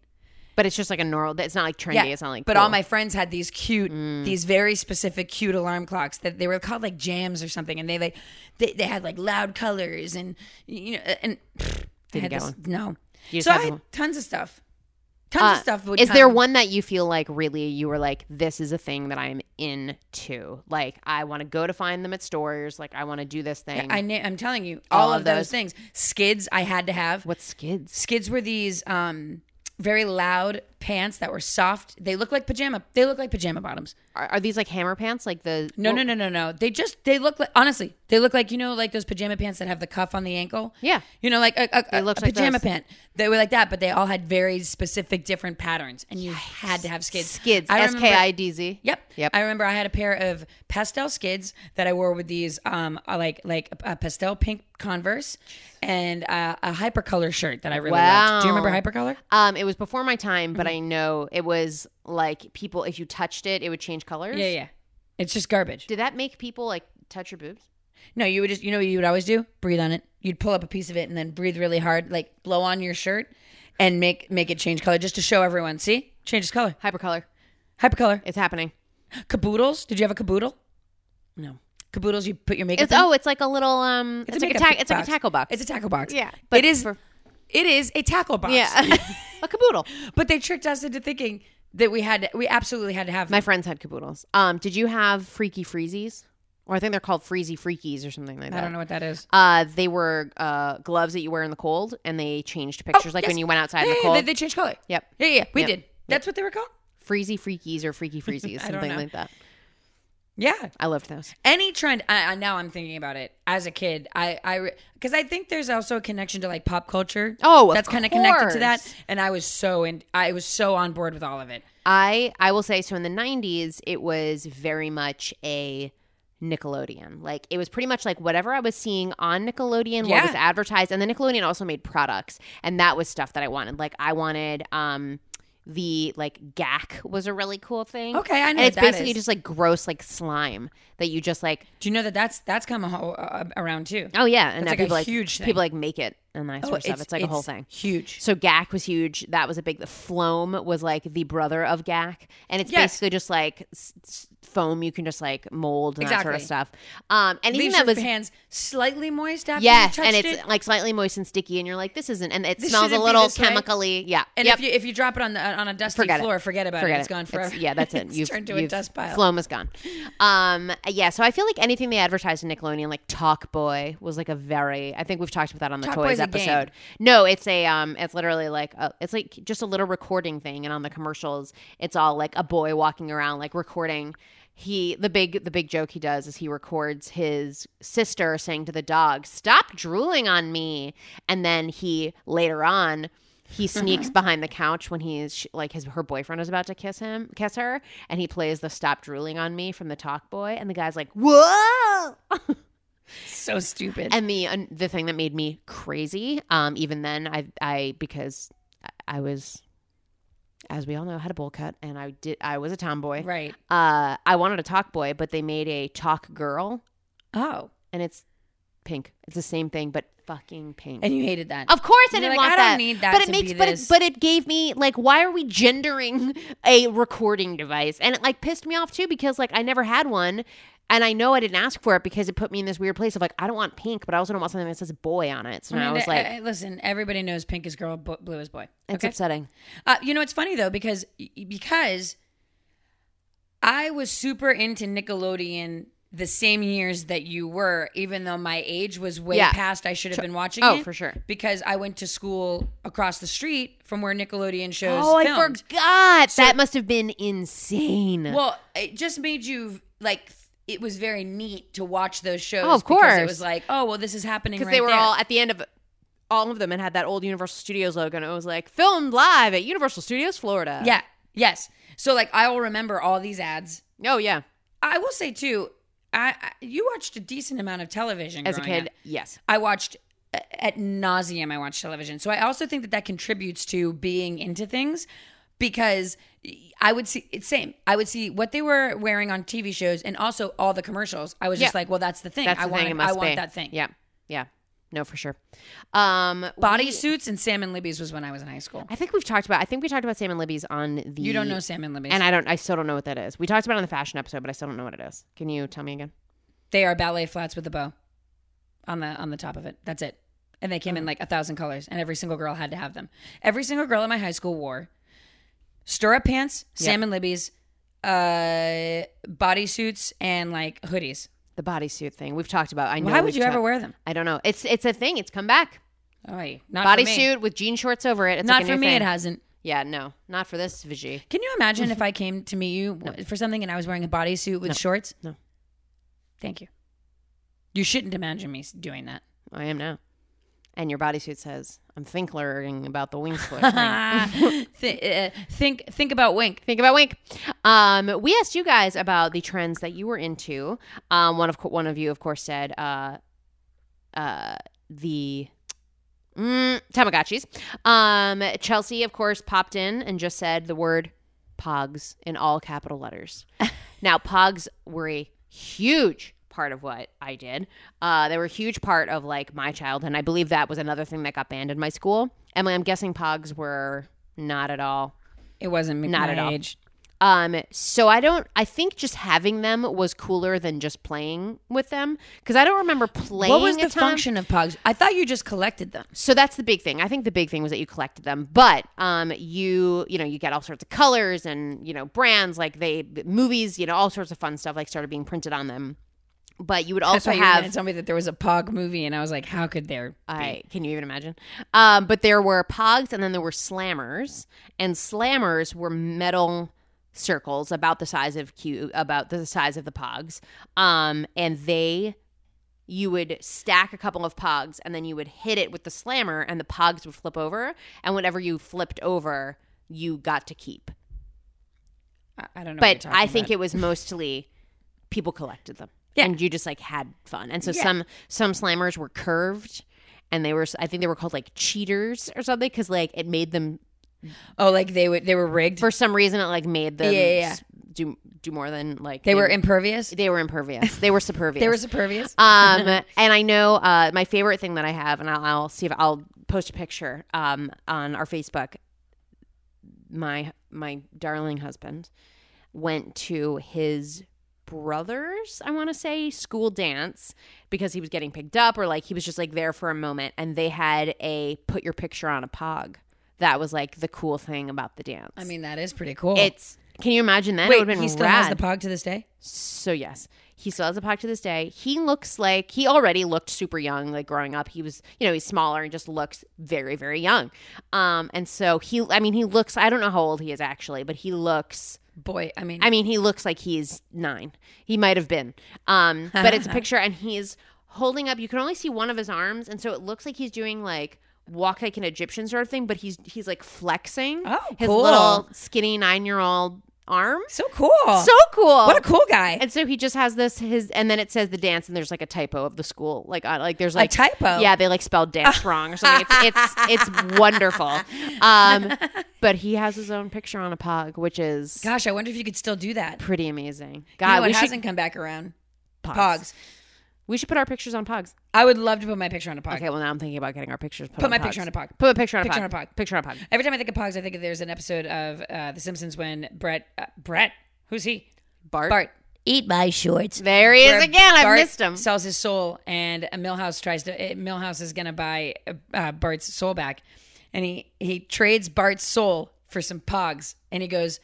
Speaker 2: But it's just like a normal. It's not like trendy. It's not like.
Speaker 3: But
Speaker 2: cool. Mm.
Speaker 3: all my friends had these cute, these very specific cute alarm clocks that they were called like jams or something, and they like they, they had like loud colors and you know and [sniffs] pfft, I had this-
Speaker 2: get one.
Speaker 3: no.
Speaker 2: You just
Speaker 3: so
Speaker 2: had
Speaker 3: I
Speaker 2: the
Speaker 3: had
Speaker 2: one.
Speaker 3: tons of stuff, tons
Speaker 2: Uh,
Speaker 3: of stuff. Would
Speaker 2: is there
Speaker 3: come.
Speaker 2: one that you feel like really you were like this is a thing that I'm into? Like I want to go to find them at stores. Like I want to do this thing.
Speaker 3: I na- I'm telling you, all,
Speaker 2: All
Speaker 3: of
Speaker 2: of
Speaker 3: those.
Speaker 2: those.
Speaker 3: things. Skids I had to have.
Speaker 2: what skids?
Speaker 3: Skids were these um very loud pants that were soft. They look like pajama. They look like pajama bottoms.
Speaker 2: Are, are these like hammer pants? Like the
Speaker 3: No, no, no, no, no. They just they look like honestly, they look like you know like those pajama pants that have the cuff on the ankle.
Speaker 2: Yeah.
Speaker 3: You know, like a, a, a,
Speaker 2: looks
Speaker 3: a
Speaker 2: like
Speaker 3: pajama
Speaker 2: those.
Speaker 3: pant. They were like that, but they all had very specific different patterns, and you had to have skids.
Speaker 2: skids.
Speaker 3: I
Speaker 2: S
Speaker 3: remember-
Speaker 2: K I D Z.
Speaker 3: Yep.
Speaker 2: Yep.
Speaker 3: I remember I had a pair of pastel skids that I wore with these um uh, like like a pastel pink Converse and uh, a hypercolor shirt that I really loved. Do you
Speaker 2: Wow.
Speaker 3: remember hypercolor?
Speaker 2: Um, it was before my time,
Speaker 3: Mm-hmm.
Speaker 2: but I know it was like people. If you touched it, it would change colors.
Speaker 3: Yeah, yeah. It's just garbage.
Speaker 2: Did that make people like touch your boobs?
Speaker 3: No, you would just, you know what you would always do? Breathe on it. You'd pull up a piece of it and then breathe really hard, like blow on your shirt and make make it change color just to show everyone. See? Changes color.
Speaker 2: Hypercolor.
Speaker 3: Hypercolor.
Speaker 2: It's happening.
Speaker 3: Caboodles. Did you have a caboodle? No. Caboodles, you put your makeup
Speaker 2: It's
Speaker 3: in?
Speaker 2: oh, it's like a little um, it's, like a
Speaker 3: makeup
Speaker 2: tack. It's like a
Speaker 3: box.
Speaker 2: tackle box.
Speaker 3: It's a tackle box.
Speaker 2: Yeah,
Speaker 3: But
Speaker 2: but
Speaker 3: it is
Speaker 2: for-
Speaker 3: it is a tackle box. [laughs]
Speaker 2: yeah, [laughs] a caboodle.
Speaker 3: but they tricked us into thinking that we had we absolutely had to have
Speaker 2: My friends had caboodles. Um, did you have freaky freezies? Or I think they're called freezy freakies or something like that.
Speaker 3: I don't know what that is.
Speaker 2: Uh, they were uh, gloves that you wear in the cold, and they changed pictures like
Speaker 3: Oh, yes.
Speaker 2: when you went outside in
Speaker 3: Yeah,
Speaker 2: the
Speaker 3: yeah,
Speaker 2: cold.
Speaker 3: they, they changed color.
Speaker 2: yep,
Speaker 3: Yeah, yeah, yeah. we
Speaker 2: Yep.
Speaker 3: did. That's what they were called?
Speaker 2: freezy freakies or freaky
Speaker 3: [laughs]
Speaker 2: freezies,
Speaker 3: I don't
Speaker 2: something
Speaker 3: know.
Speaker 2: like that.
Speaker 3: Yeah.
Speaker 2: I loved those.
Speaker 3: any trend I, I now i'm thinking about it as a kid i i because i think there's also a connection to like pop culture
Speaker 2: Oh, of
Speaker 3: that's kind of connected to that
Speaker 2: course.
Speaker 3: and i was so in i was so on board with all of it
Speaker 2: I I will say so. In the '90s, it was very much a Nickelodeon. Like it was pretty much like whatever I was seeing on Nickelodeon,
Speaker 3: Yeah.
Speaker 2: what was advertised, and then Nickelodeon also made products, and that was stuff that I wanted. Like I wanted um the like gack was a really cool thing.
Speaker 3: Okay, I know
Speaker 2: And
Speaker 3: what
Speaker 2: it's
Speaker 3: that
Speaker 2: basically
Speaker 3: is.
Speaker 2: just like gross like slime that you just like.
Speaker 3: do you know that that's that's come a whole, uh, around too
Speaker 2: Oh yeah, and
Speaker 3: That's, like,
Speaker 2: that
Speaker 3: a
Speaker 2: people like
Speaker 3: huge thing.
Speaker 2: people like make it and that sort
Speaker 3: Oh,
Speaker 2: of stuff. It's, like a whole thing.
Speaker 3: huge
Speaker 2: So Gak was huge. That was a big. The Floam was like the brother of Gak, and it's
Speaker 3: Yes.
Speaker 2: basically just like s- s- foam you can just like mold and that sort of
Speaker 3: Exactly.
Speaker 2: stuff. Um, anything
Speaker 3: leaves
Speaker 2: that
Speaker 3: your
Speaker 2: was
Speaker 3: hands slightly moist after
Speaker 2: yes,
Speaker 3: you
Speaker 2: and
Speaker 3: touched
Speaker 2: it's
Speaker 3: it
Speaker 2: like slightly moist and sticky, and you're like, this isn't, and it
Speaker 3: This
Speaker 2: smells a
Speaker 3: shouldn't be
Speaker 2: little
Speaker 3: this way.
Speaker 2: chemically. Yeah,
Speaker 3: and
Speaker 2: Yep.
Speaker 3: if you if you drop it on the on a dusty
Speaker 2: Forget it.
Speaker 3: floor forget about
Speaker 2: Forget
Speaker 3: it it's gone forever [laughs]
Speaker 2: yeah, that's it.
Speaker 3: It's
Speaker 2: You've
Speaker 3: turned to a
Speaker 2: you've-
Speaker 3: dust pile
Speaker 2: Floam is gone. Um, yeah, so I feel like anything they advertised in Nickelodeon, like Talk Boy, was like a very. I think we've talked about that on the
Speaker 3: Talk
Speaker 2: toys
Speaker 3: Boy's a game.
Speaker 2: episode. No, it's a um, it's literally like a, it's like just a little recording thing, and on the commercials, it's all like a boy walking around like recording. He the big the big joke he does is he records his sister saying to the dog, "Stop drooling on me," and then he later on he sneaks behind the couch when he's sh- like his her boyfriend is about to kiss him kiss her and he plays the stop drooling on me from the talk boy and the guy's like whoa
Speaker 3: so stupid
Speaker 2: and the and the thing that made me crazy um even then i i because I- i was as we all know had a bowl cut and i did i was a tomboy
Speaker 3: right
Speaker 2: uh i wanted a talk boy but they made a talk girl
Speaker 3: oh
Speaker 2: and it's pink it's the same thing but fucking pink
Speaker 3: and you hated that
Speaker 2: Of course, I
Speaker 3: You're
Speaker 2: didn't
Speaker 3: like,
Speaker 2: want
Speaker 3: I don't
Speaker 2: that.
Speaker 3: need that
Speaker 2: But it
Speaker 3: to
Speaker 2: makes,
Speaker 3: be
Speaker 2: but
Speaker 3: this.
Speaker 2: it, but it gave me like, why are we gendering [laughs] a recording device? And it like pissed me off too because like I never had one, and I know I didn't ask for it because it put me in this weird place of like I don't want pink, but I also don't want something that says boy on it. So
Speaker 3: I
Speaker 2: now I,
Speaker 3: mean, uh,
Speaker 2: was
Speaker 3: I-
Speaker 2: like,
Speaker 3: I- listen, everybody knows pink is girl, bu- blue is boy.
Speaker 2: it's upsetting.
Speaker 3: Uh, you know, it's funny though because because I was super into Nickelodeon the same years that you were, even though my age was way
Speaker 2: Yeah.
Speaker 3: past. I should have been watching.
Speaker 2: Oh,
Speaker 3: it
Speaker 2: for sure.
Speaker 3: Because I went to school across the street from where Nickelodeon shows.
Speaker 2: Oh, I
Speaker 3: filmed.
Speaker 2: forgot. that must have been insane.
Speaker 3: Well, it just made you like. It was very neat to watch those shows.
Speaker 2: Oh, of
Speaker 3: because it
Speaker 2: course.
Speaker 3: was like, oh well, this is happening
Speaker 2: because
Speaker 3: right
Speaker 2: they were
Speaker 3: there.
Speaker 2: all at the end of all of them and had that old Universal Studios logo, and it was like filmed live at Universal Studios Florida.
Speaker 3: yeah, yes. So like, I will remember all these ads.
Speaker 2: Oh yeah.
Speaker 3: I will say too, I, I you watched a decent amount of television
Speaker 2: As a
Speaker 3: growing
Speaker 2: kid,
Speaker 3: up.
Speaker 2: yes.
Speaker 3: I watched a- at nauseum. I watched television, so I also think that that contributes to being into things because I would see it's same. I would see what they were wearing on TV shows and also all the commercials. I was just
Speaker 2: Yeah.
Speaker 3: like, well, that's the thing.
Speaker 2: That's
Speaker 3: I
Speaker 2: the
Speaker 3: want.
Speaker 2: thing. It
Speaker 3: it-
Speaker 2: must
Speaker 3: I want
Speaker 2: be.
Speaker 3: that thing.
Speaker 2: Yeah, yeah. No, for sure. Um,
Speaker 3: Body
Speaker 2: we-
Speaker 3: suits and Sam and Libby's was when I was in high school.
Speaker 2: I think we've talked about. I think we talked about Sam and Libby's on the.
Speaker 3: You don't know Sam and Libby's.
Speaker 2: and I don't. I still don't know what that is. We talked about it on the fashion episode, but I still don't know what it is. Can you tell me again?
Speaker 3: They are ballet flats with a bow on the on the top of it. That's it. And they came in like a thousand colors, and every single girl had to have them. Every single girl in my high school wore stirrup pants, Sam and Libby's, uh, bodysuits, and like hoodies.
Speaker 2: The bodysuit thing we've talked about. I know.
Speaker 3: Why would
Speaker 2: we've
Speaker 3: you ever
Speaker 2: talked-
Speaker 3: wear them?
Speaker 2: I don't know. It's it's a thing. It's come back.
Speaker 3: Oh, not for me.
Speaker 2: Bodysuit with jean shorts over it. It's
Speaker 3: Not
Speaker 2: like a
Speaker 3: for
Speaker 2: new
Speaker 3: me. It
Speaker 2: thing.
Speaker 3: hasn't.
Speaker 2: Yeah, no, not for this Vigi.
Speaker 3: Can you imagine if I came to meet you w for something and I was wearing a bodysuit with shorts?
Speaker 2: No.
Speaker 3: Thank you. You shouldn't imagine me s- doing that.
Speaker 2: I am now. And your bodysuit says, I'm thinklering about [laughs] the wing splitting.
Speaker 3: [laughs] Th- uh, think think about wink.
Speaker 2: Think about wink. Um, we asked you guys about the trends that you were into. Um, one of co- one of you, of course, said uh, uh, the mm, Tamagotchis. Um, Chelsea, of course, popped in and just said the word "pogs" in all capital letters. now, pogs were a huge part of what I did. Uh, they were a huge part of like my childhood. And I believe that was another thing that got banned in my school. Emily, I'm guessing pogs were not at all
Speaker 3: It wasn't me-
Speaker 2: Not
Speaker 3: my
Speaker 2: at all.
Speaker 3: age.
Speaker 2: um, so I don't. I think just having them was cooler than just playing with them because I don't remember playing.
Speaker 3: What was
Speaker 2: a
Speaker 3: the
Speaker 2: ton.
Speaker 3: function of pogs? I thought you just collected them.
Speaker 2: So that's the big thing. I think the big thing was that you collected them, but um, you you know you get all sorts of colors and you know brands like they movies you know all sorts of fun stuff like started being printed on them. But you would
Speaker 3: That's
Speaker 2: also
Speaker 3: why you were
Speaker 2: have Uh,
Speaker 3: gonna tell me that there was a pog movie, and I was like, how could there?
Speaker 2: I can you even imagine? Um, but there were pogs, and then there were slammers, and slammers were metal circles about the size of Q, about the size of the pogs, um, and they you would stack a couple of pogs, and then you would hit it with the slammer, and the pogs would flip over, and whatever you flipped over, you got to keep.
Speaker 3: I, I don't know.
Speaker 2: But
Speaker 3: what you're
Speaker 2: I
Speaker 3: talking
Speaker 2: think
Speaker 3: about.
Speaker 2: it was mostly people collected them.
Speaker 3: Yeah.
Speaker 2: And you just like had fun. And so
Speaker 3: Yeah.
Speaker 2: some some slammers were curved and they were I think they were called like cheaters or something cuz like it made them
Speaker 3: oh, like they would they were rigged.
Speaker 2: for some reason it like made them
Speaker 3: Yeah, yeah, yeah.
Speaker 2: s- do do more than like
Speaker 3: they were impervious.
Speaker 2: they were impervious. They were [laughs] supervious.
Speaker 3: They were supervious. [laughs]
Speaker 2: Um, and I know uh, my favorite thing that I have, and I'll, I'll see if I'll post a picture um, on our Facebook. My my darling husband went to his brother's, I want to say, school dance because he was getting picked up, or like he was just like there for a moment, and they had a put your picture on a pog. That was like the cool thing about the dance.
Speaker 3: I mean, that is pretty cool.
Speaker 2: it's can you imagine that? it
Speaker 3: wait,
Speaker 2: would have been
Speaker 3: he still
Speaker 2: rad.
Speaker 3: has the pog to this day.
Speaker 2: So yes, he still has a pack to this day. He looks like he already looked super young, like growing up. He was, you know, he's smaller and just looks very, very young. Um, and so he, I mean, he looks. I don't know how old he is actually, but he looks.
Speaker 3: Boy, I mean,
Speaker 2: I mean, he looks like he's nine. He might have been. Um, but it's a picture, and he's holding up. You can only see one of his arms, and so it looks like he's doing like walk like an Egyptian sort of thing. But he's he's like flexing
Speaker 3: Oh,
Speaker 2: his
Speaker 3: cool.
Speaker 2: little skinny nine year old arm.
Speaker 3: so cool.
Speaker 2: So cool!
Speaker 3: what a cool guy.
Speaker 2: And so he just has this his, and then it says the dance, and there's like a typo of the school, like on, like there's like
Speaker 3: typo?
Speaker 2: Yeah, they like
Speaker 3: [laughs]
Speaker 2: spelled dance wrong or something. It's it's, it's wonderful. Um, but he has his own picture on a pog, which is
Speaker 3: Gosh, I wonder if you could still do that.
Speaker 2: pretty amazing.
Speaker 3: You know
Speaker 2: God,
Speaker 3: what
Speaker 2: we
Speaker 3: hasn't
Speaker 2: should
Speaker 3: come back around?
Speaker 2: pogs.
Speaker 3: Pogs.
Speaker 2: We should put our pictures on pogs.
Speaker 3: I would love to put my picture on a pog.
Speaker 2: Okay, well now I'm thinking about getting our pictures. Put,
Speaker 3: Put
Speaker 2: on
Speaker 3: my
Speaker 2: pogs.
Speaker 3: picture on a pog.
Speaker 2: Put a picture on
Speaker 3: Picture
Speaker 2: a
Speaker 3: on
Speaker 2: pog.
Speaker 3: a pog.
Speaker 2: Picture on a pog.
Speaker 3: Every time I think of Pogs, I think there's an episode of uh, The Simpsons when Brett, uh, Brett, who's he?
Speaker 2: Bart.
Speaker 3: Bart. Eat my shorts.
Speaker 2: There he is again. I
Speaker 3: Bart
Speaker 2: missed him.
Speaker 3: Sells his soul, and Millhouse tries to. eh, Millhouse is gonna buy uh, Bart's soul back, and he he trades Bart's soul for some Pogs, and he goes,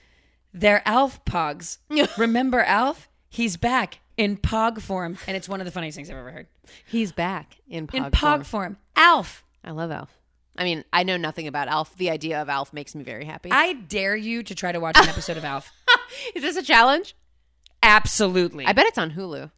Speaker 3: "They're Alf Pogs. [laughs] Remember Alf? He's back in Pog form, and it's one of the funniest things I've ever heard.
Speaker 2: He's back in pog.
Speaker 3: In
Speaker 2: form.
Speaker 3: Pog form, Alf."
Speaker 2: I love Alf. I mean, I know nothing about Alf. The idea of Alf makes me very happy.
Speaker 3: I dare you to try to watch an episode of Alf.
Speaker 2: is this a challenge?
Speaker 3: [laughs] Absolutely.
Speaker 2: I bet it's on Hulu.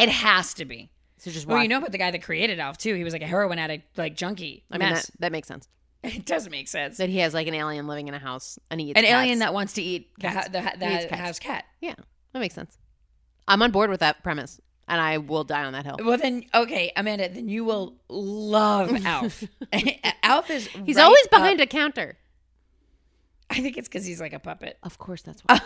Speaker 3: It has to be.
Speaker 2: So just watch.
Speaker 3: Well, you know about the guy that created Alf too. He was like a heroin addict, like junkie.
Speaker 2: I mean, that,
Speaker 3: mess.
Speaker 2: that makes sense.
Speaker 3: [laughs] it doesn't make sense.
Speaker 2: That he has like an alien living in a house and he eats
Speaker 3: An alien
Speaker 2: cats.
Speaker 3: that wants to eat the, ha- the, ha- the
Speaker 2: He eats
Speaker 3: ha-
Speaker 2: cats.
Speaker 3: house cat.
Speaker 2: yeah, that makes sense. I'm on board with that premise, and I will die on that hill.
Speaker 3: Well, then, okay, Amanda, then you will
Speaker 2: [laughs]
Speaker 3: love Alf. [laughs] Alf is.
Speaker 2: He's
Speaker 3: right
Speaker 2: always
Speaker 3: up-
Speaker 2: behind a counter.
Speaker 3: I think it's because he's like a puppet.
Speaker 2: Of course, that's why.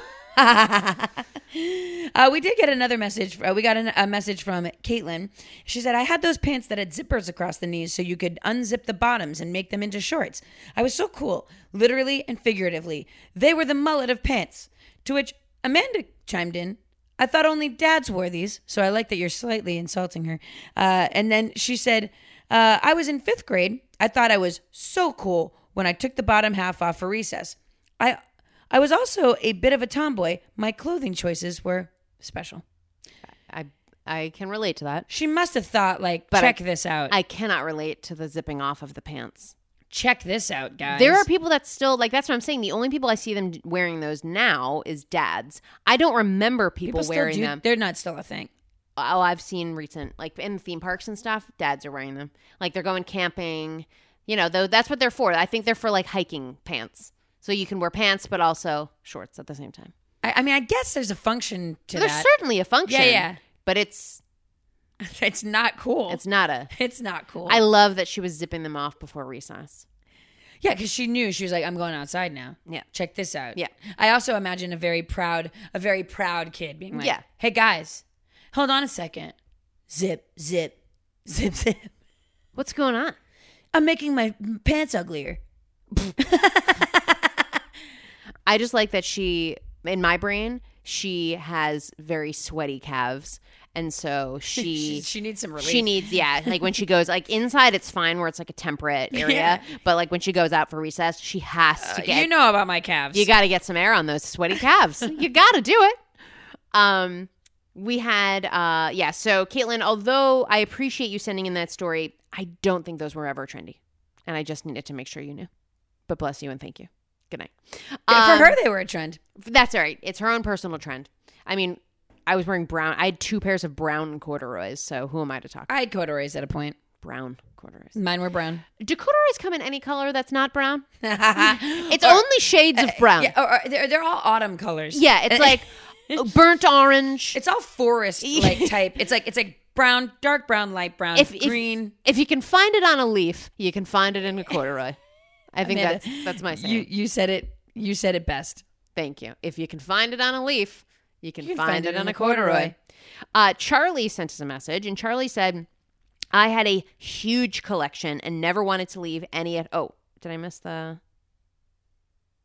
Speaker 3: Uh, we did get another message. Uh, we got an, a message from Caitlin. She said, I had those pants that had zippers across the knees so you could unzip the bottoms and make them into shorts. I was so cool, literally and figuratively. They were the mullet of pants. To which Amanda chimed in, I thought only dads wore these, so I like that you're slightly insulting her. Uh, and then she said, uh, I was in fifth grade. I thought I was so cool when I took the bottom half off for recess. I I was also a bit of a tomboy. My clothing choices were special.
Speaker 2: I I can relate to that.
Speaker 3: She must have thought like,
Speaker 2: But
Speaker 3: check
Speaker 2: I-
Speaker 3: this out.
Speaker 2: I cannot relate to the zipping off of the pants.
Speaker 3: check this out, guys.
Speaker 2: There are people that still like that's what I'm saying. The only people I see them wearing those now is dads. I don't remember people,
Speaker 3: still
Speaker 2: wearing
Speaker 3: do-
Speaker 2: them.
Speaker 3: They're not still a thing.
Speaker 2: Oh, I've seen recent like in theme parks and stuff. Dads are wearing them. Like they're going camping. You know, though that's what they're for. I think they're for like hiking pants. So you can wear pants but also shorts at the same time.
Speaker 3: I, I mean, I guess there's a function to
Speaker 2: There's
Speaker 3: that.
Speaker 2: certainly a function.
Speaker 3: yeah.
Speaker 2: But it's
Speaker 3: [laughs] it's not cool.
Speaker 2: it's not a.
Speaker 3: It's not cool.
Speaker 2: I love that she was zipping them off before recess.
Speaker 3: yeah, because she knew she was like, I'm going outside now.
Speaker 2: Yeah.
Speaker 3: Check this out.
Speaker 2: Yeah.
Speaker 3: I also imagine a very proud, a very proud kid being like,
Speaker 2: Yeah.
Speaker 3: Hey guys, hold on a second. Zip, zip, zip, zip.
Speaker 2: What's going on?
Speaker 3: I'm making my pants uglier.
Speaker 2: I just like that she, in my brain, she has very sweaty calves, and
Speaker 3: [laughs]
Speaker 2: so she.
Speaker 3: She, she needs some relief.
Speaker 2: She needs, yeah, like when she goes, like inside, it's fine where it's like
Speaker 3: [laughs]
Speaker 2: a temperate area, but like when she goes out for recess, she has to get,
Speaker 3: Uh, you know about my calves.
Speaker 2: you got to get some air on those
Speaker 3: [laughs]
Speaker 2: sweaty calves. you got to do it. Um, we had, uh, yeah. So Caitlin, although I appreciate you sending in that story, I don't think those were ever trendy, and I just needed to make sure you knew. But bless you and thank you. Good night. Um,
Speaker 3: For her, they were a trend.
Speaker 2: that's all right. It's her own personal trend. I mean, I was wearing brown. I had two pairs of brown corduroys, so who am I to talk?
Speaker 3: I had corduroys at a point.
Speaker 2: Brown corduroys.
Speaker 3: Mine were brown. [laughs]
Speaker 2: Do corduroys come in any color that's not brown?
Speaker 3: it's
Speaker 2: It's only shades of brown.
Speaker 3: Yeah,
Speaker 2: Yeah,
Speaker 3: or, or they're, they're all autumn colors.
Speaker 2: it's like burnt orange.
Speaker 3: It's all forest [laughs] like type. It's like it's like brown, dark brown, light brown,
Speaker 2: If- if-
Speaker 3: green.
Speaker 2: If you can find it on a leaf, you can find it in a corduroy. I think
Speaker 3: Amanda,
Speaker 2: that's that's my saying.
Speaker 3: you you said it. You said it best.
Speaker 2: Thank you. If you can find it on a leaf, you can,
Speaker 3: can
Speaker 2: find, it, on a corduroy. Uh, Charlie sent us a message, and Charlie said, "I had a huge collection and never wanted to leave any at." Oh, did I miss the?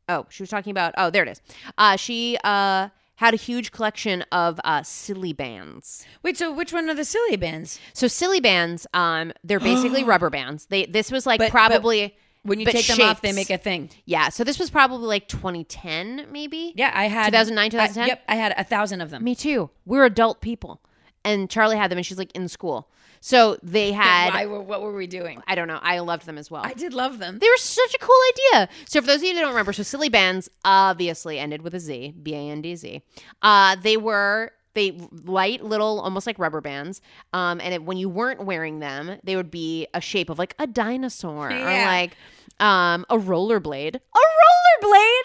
Speaker 2: Oh, she was talking about. Oh, there it is. Uh, she uh, had a huge collection of uh, silly bands.
Speaker 3: Wait, so which one are the silly bands?
Speaker 2: So silly bands, um, they're [gasps] basically rubber bands. They this was like
Speaker 3: But- but-
Speaker 2: probably.
Speaker 3: When you
Speaker 2: But
Speaker 3: take them off,
Speaker 2: shapes.
Speaker 3: they make a thing.
Speaker 2: yeah, so this was probably like 2010, maybe.
Speaker 3: Yeah, I had
Speaker 2: 2009,
Speaker 3: I-
Speaker 2: 2010?
Speaker 3: Yep, I had a thousand of them.
Speaker 2: Me too. We're adult people. And Charlie had them and she's like in school. So they had
Speaker 3: Why were what were we doing?
Speaker 2: I don't know. I loved them as well.
Speaker 3: I did love them.
Speaker 2: they were such a cool idea. So for those of you that don't remember, so silly bands obviously ended with a Z, B A N D Z. Uh they were they light little almost like rubber bands um, and it, when you weren't wearing them they would be a shape of like a dinosaur or
Speaker 3: Yeah.
Speaker 2: like um, a rollerblade a rollerblade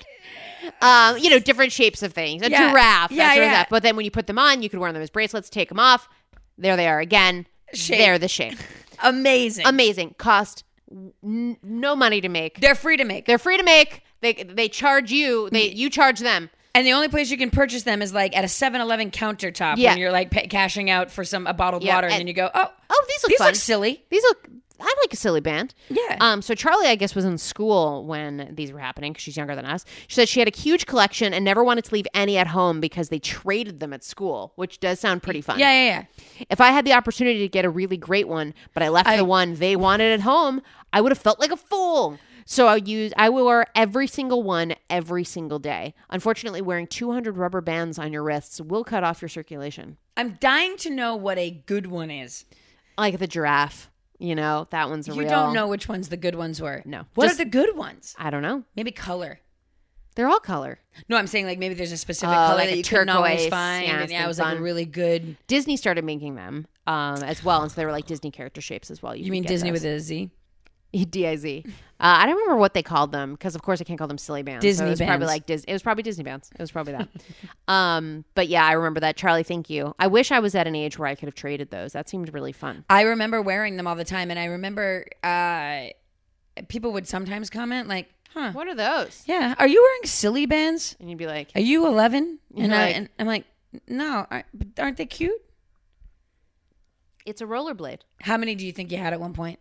Speaker 2: um, you know, different shapes of things. A
Speaker 3: Yeah.
Speaker 2: giraffe, that
Speaker 3: Yeah,
Speaker 2: sort of
Speaker 3: yeah.
Speaker 2: stuff. But then when you put them on, you could wear them as bracelets, take them off. There they are again.
Speaker 3: Shape.
Speaker 2: They're
Speaker 3: [laughs]
Speaker 2: the shape.
Speaker 3: Amazing.
Speaker 2: Amazing. Cost n- no money to make. They're,
Speaker 3: They're free to make.
Speaker 2: free to make. They they charge you. They
Speaker 3: Mm.
Speaker 2: you charge them.
Speaker 3: And the only place you can purchase them is like at a 7-Eleven countertop
Speaker 2: Yeah.
Speaker 3: when you're like pa cashing out for some a bottled
Speaker 2: Yeah,
Speaker 3: water, and,
Speaker 2: and-
Speaker 3: then you go, oh,
Speaker 2: Oh, these look
Speaker 3: these
Speaker 2: fun.
Speaker 3: look silly.
Speaker 2: These look. I like a silly band.
Speaker 3: Yeah.
Speaker 2: Um. So Charlie, I guess, was in school when these were happening because she's younger than us. She said she had a huge collection and never wanted to leave any at home because they traded them at school, which does sound pretty fun.
Speaker 3: Yeah, yeah, yeah.
Speaker 2: If I had the opportunity to get a really great one, but I left the one they wanted at home, I would have felt like a fool. So I used I wore every single one every single day. Unfortunately, wearing 200 rubber bands on your wrists will cut off your circulation.
Speaker 3: I'm dying to know what a good one is.
Speaker 2: Like the giraffe, you know, that one's a
Speaker 3: You
Speaker 2: real
Speaker 3: don't know which ones the good ones were.
Speaker 2: No.
Speaker 3: What
Speaker 2: Just-
Speaker 3: are the good ones?
Speaker 2: I don't know.
Speaker 3: Maybe color.
Speaker 2: They're all color.
Speaker 3: No, I'm saying like maybe there's a specific
Speaker 2: Oh,
Speaker 3: color
Speaker 2: like
Speaker 3: that
Speaker 2: a
Speaker 3: you couldn't always
Speaker 2: turquoise.
Speaker 3: find.
Speaker 2: Yeah,
Speaker 3: Yeah,
Speaker 2: it's
Speaker 3: and yeah,
Speaker 2: been
Speaker 3: it was like a
Speaker 2: fun.
Speaker 3: really good.
Speaker 2: Disney started making them um, as well, and so they were like Disney character shapes as well.
Speaker 3: You mean Disney with a Z?
Speaker 2: [laughs] D I Z. Uh, I don't remember what they called them because, of course, I can't call them silly bands. so
Speaker 3: Disney
Speaker 2: it was Probably
Speaker 3: bands.
Speaker 2: like Dis- It was probably Disney bands. It was probably that. um, but yeah, I remember that. Charlie, thank you. I wish I was at an age where I could have traded those. That seemed really fun.
Speaker 3: I remember wearing them all the time, and I remember uh, people would sometimes comment like, "Huh,
Speaker 2: What are those?
Speaker 3: yeah, are you wearing silly bands?
Speaker 2: And you'd be like,
Speaker 3: Are you 11?" And, I,
Speaker 2: like-
Speaker 3: and I'm like, "No, aren't, aren't they cute?"
Speaker 2: it's a rollerblade
Speaker 3: How many do you think you had at one point?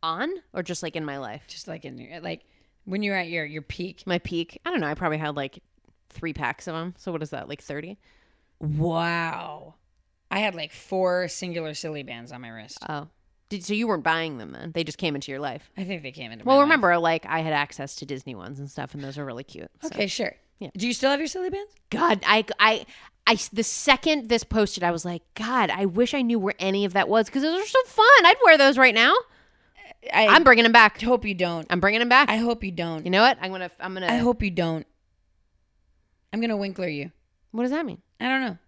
Speaker 2: on or just like in my life,
Speaker 3: Just like in your like when you were at your your peak.
Speaker 2: my peak. I don't know. I probably had like three packs of them. So what is that? Like thirty?
Speaker 3: Wow. I had like four singular silly bands on my wrist.
Speaker 2: Oh, did so you weren't buying them then? They just came into your life.
Speaker 3: I think they came into my
Speaker 2: Well,
Speaker 3: life.
Speaker 2: remember, like I had access to Disney ones and stuff, and those are really cute. so.
Speaker 3: Okay, sure.
Speaker 2: Yeah.
Speaker 3: Do you still have your silly bands?
Speaker 2: God, I, I, I, the second this posted, I was like, God, I wish I knew where any of that was because those are so fun. I'd wear those right now.
Speaker 3: I
Speaker 2: I'm bringing him back.
Speaker 3: [laughs] hope you don't.
Speaker 2: I'm bringing him back.
Speaker 3: I hope you don't.
Speaker 2: you know what? I'm gonna. I'm gonna.
Speaker 3: I hope you don't. I'm gonna Winkler you.
Speaker 2: what does that mean?
Speaker 3: I don't know.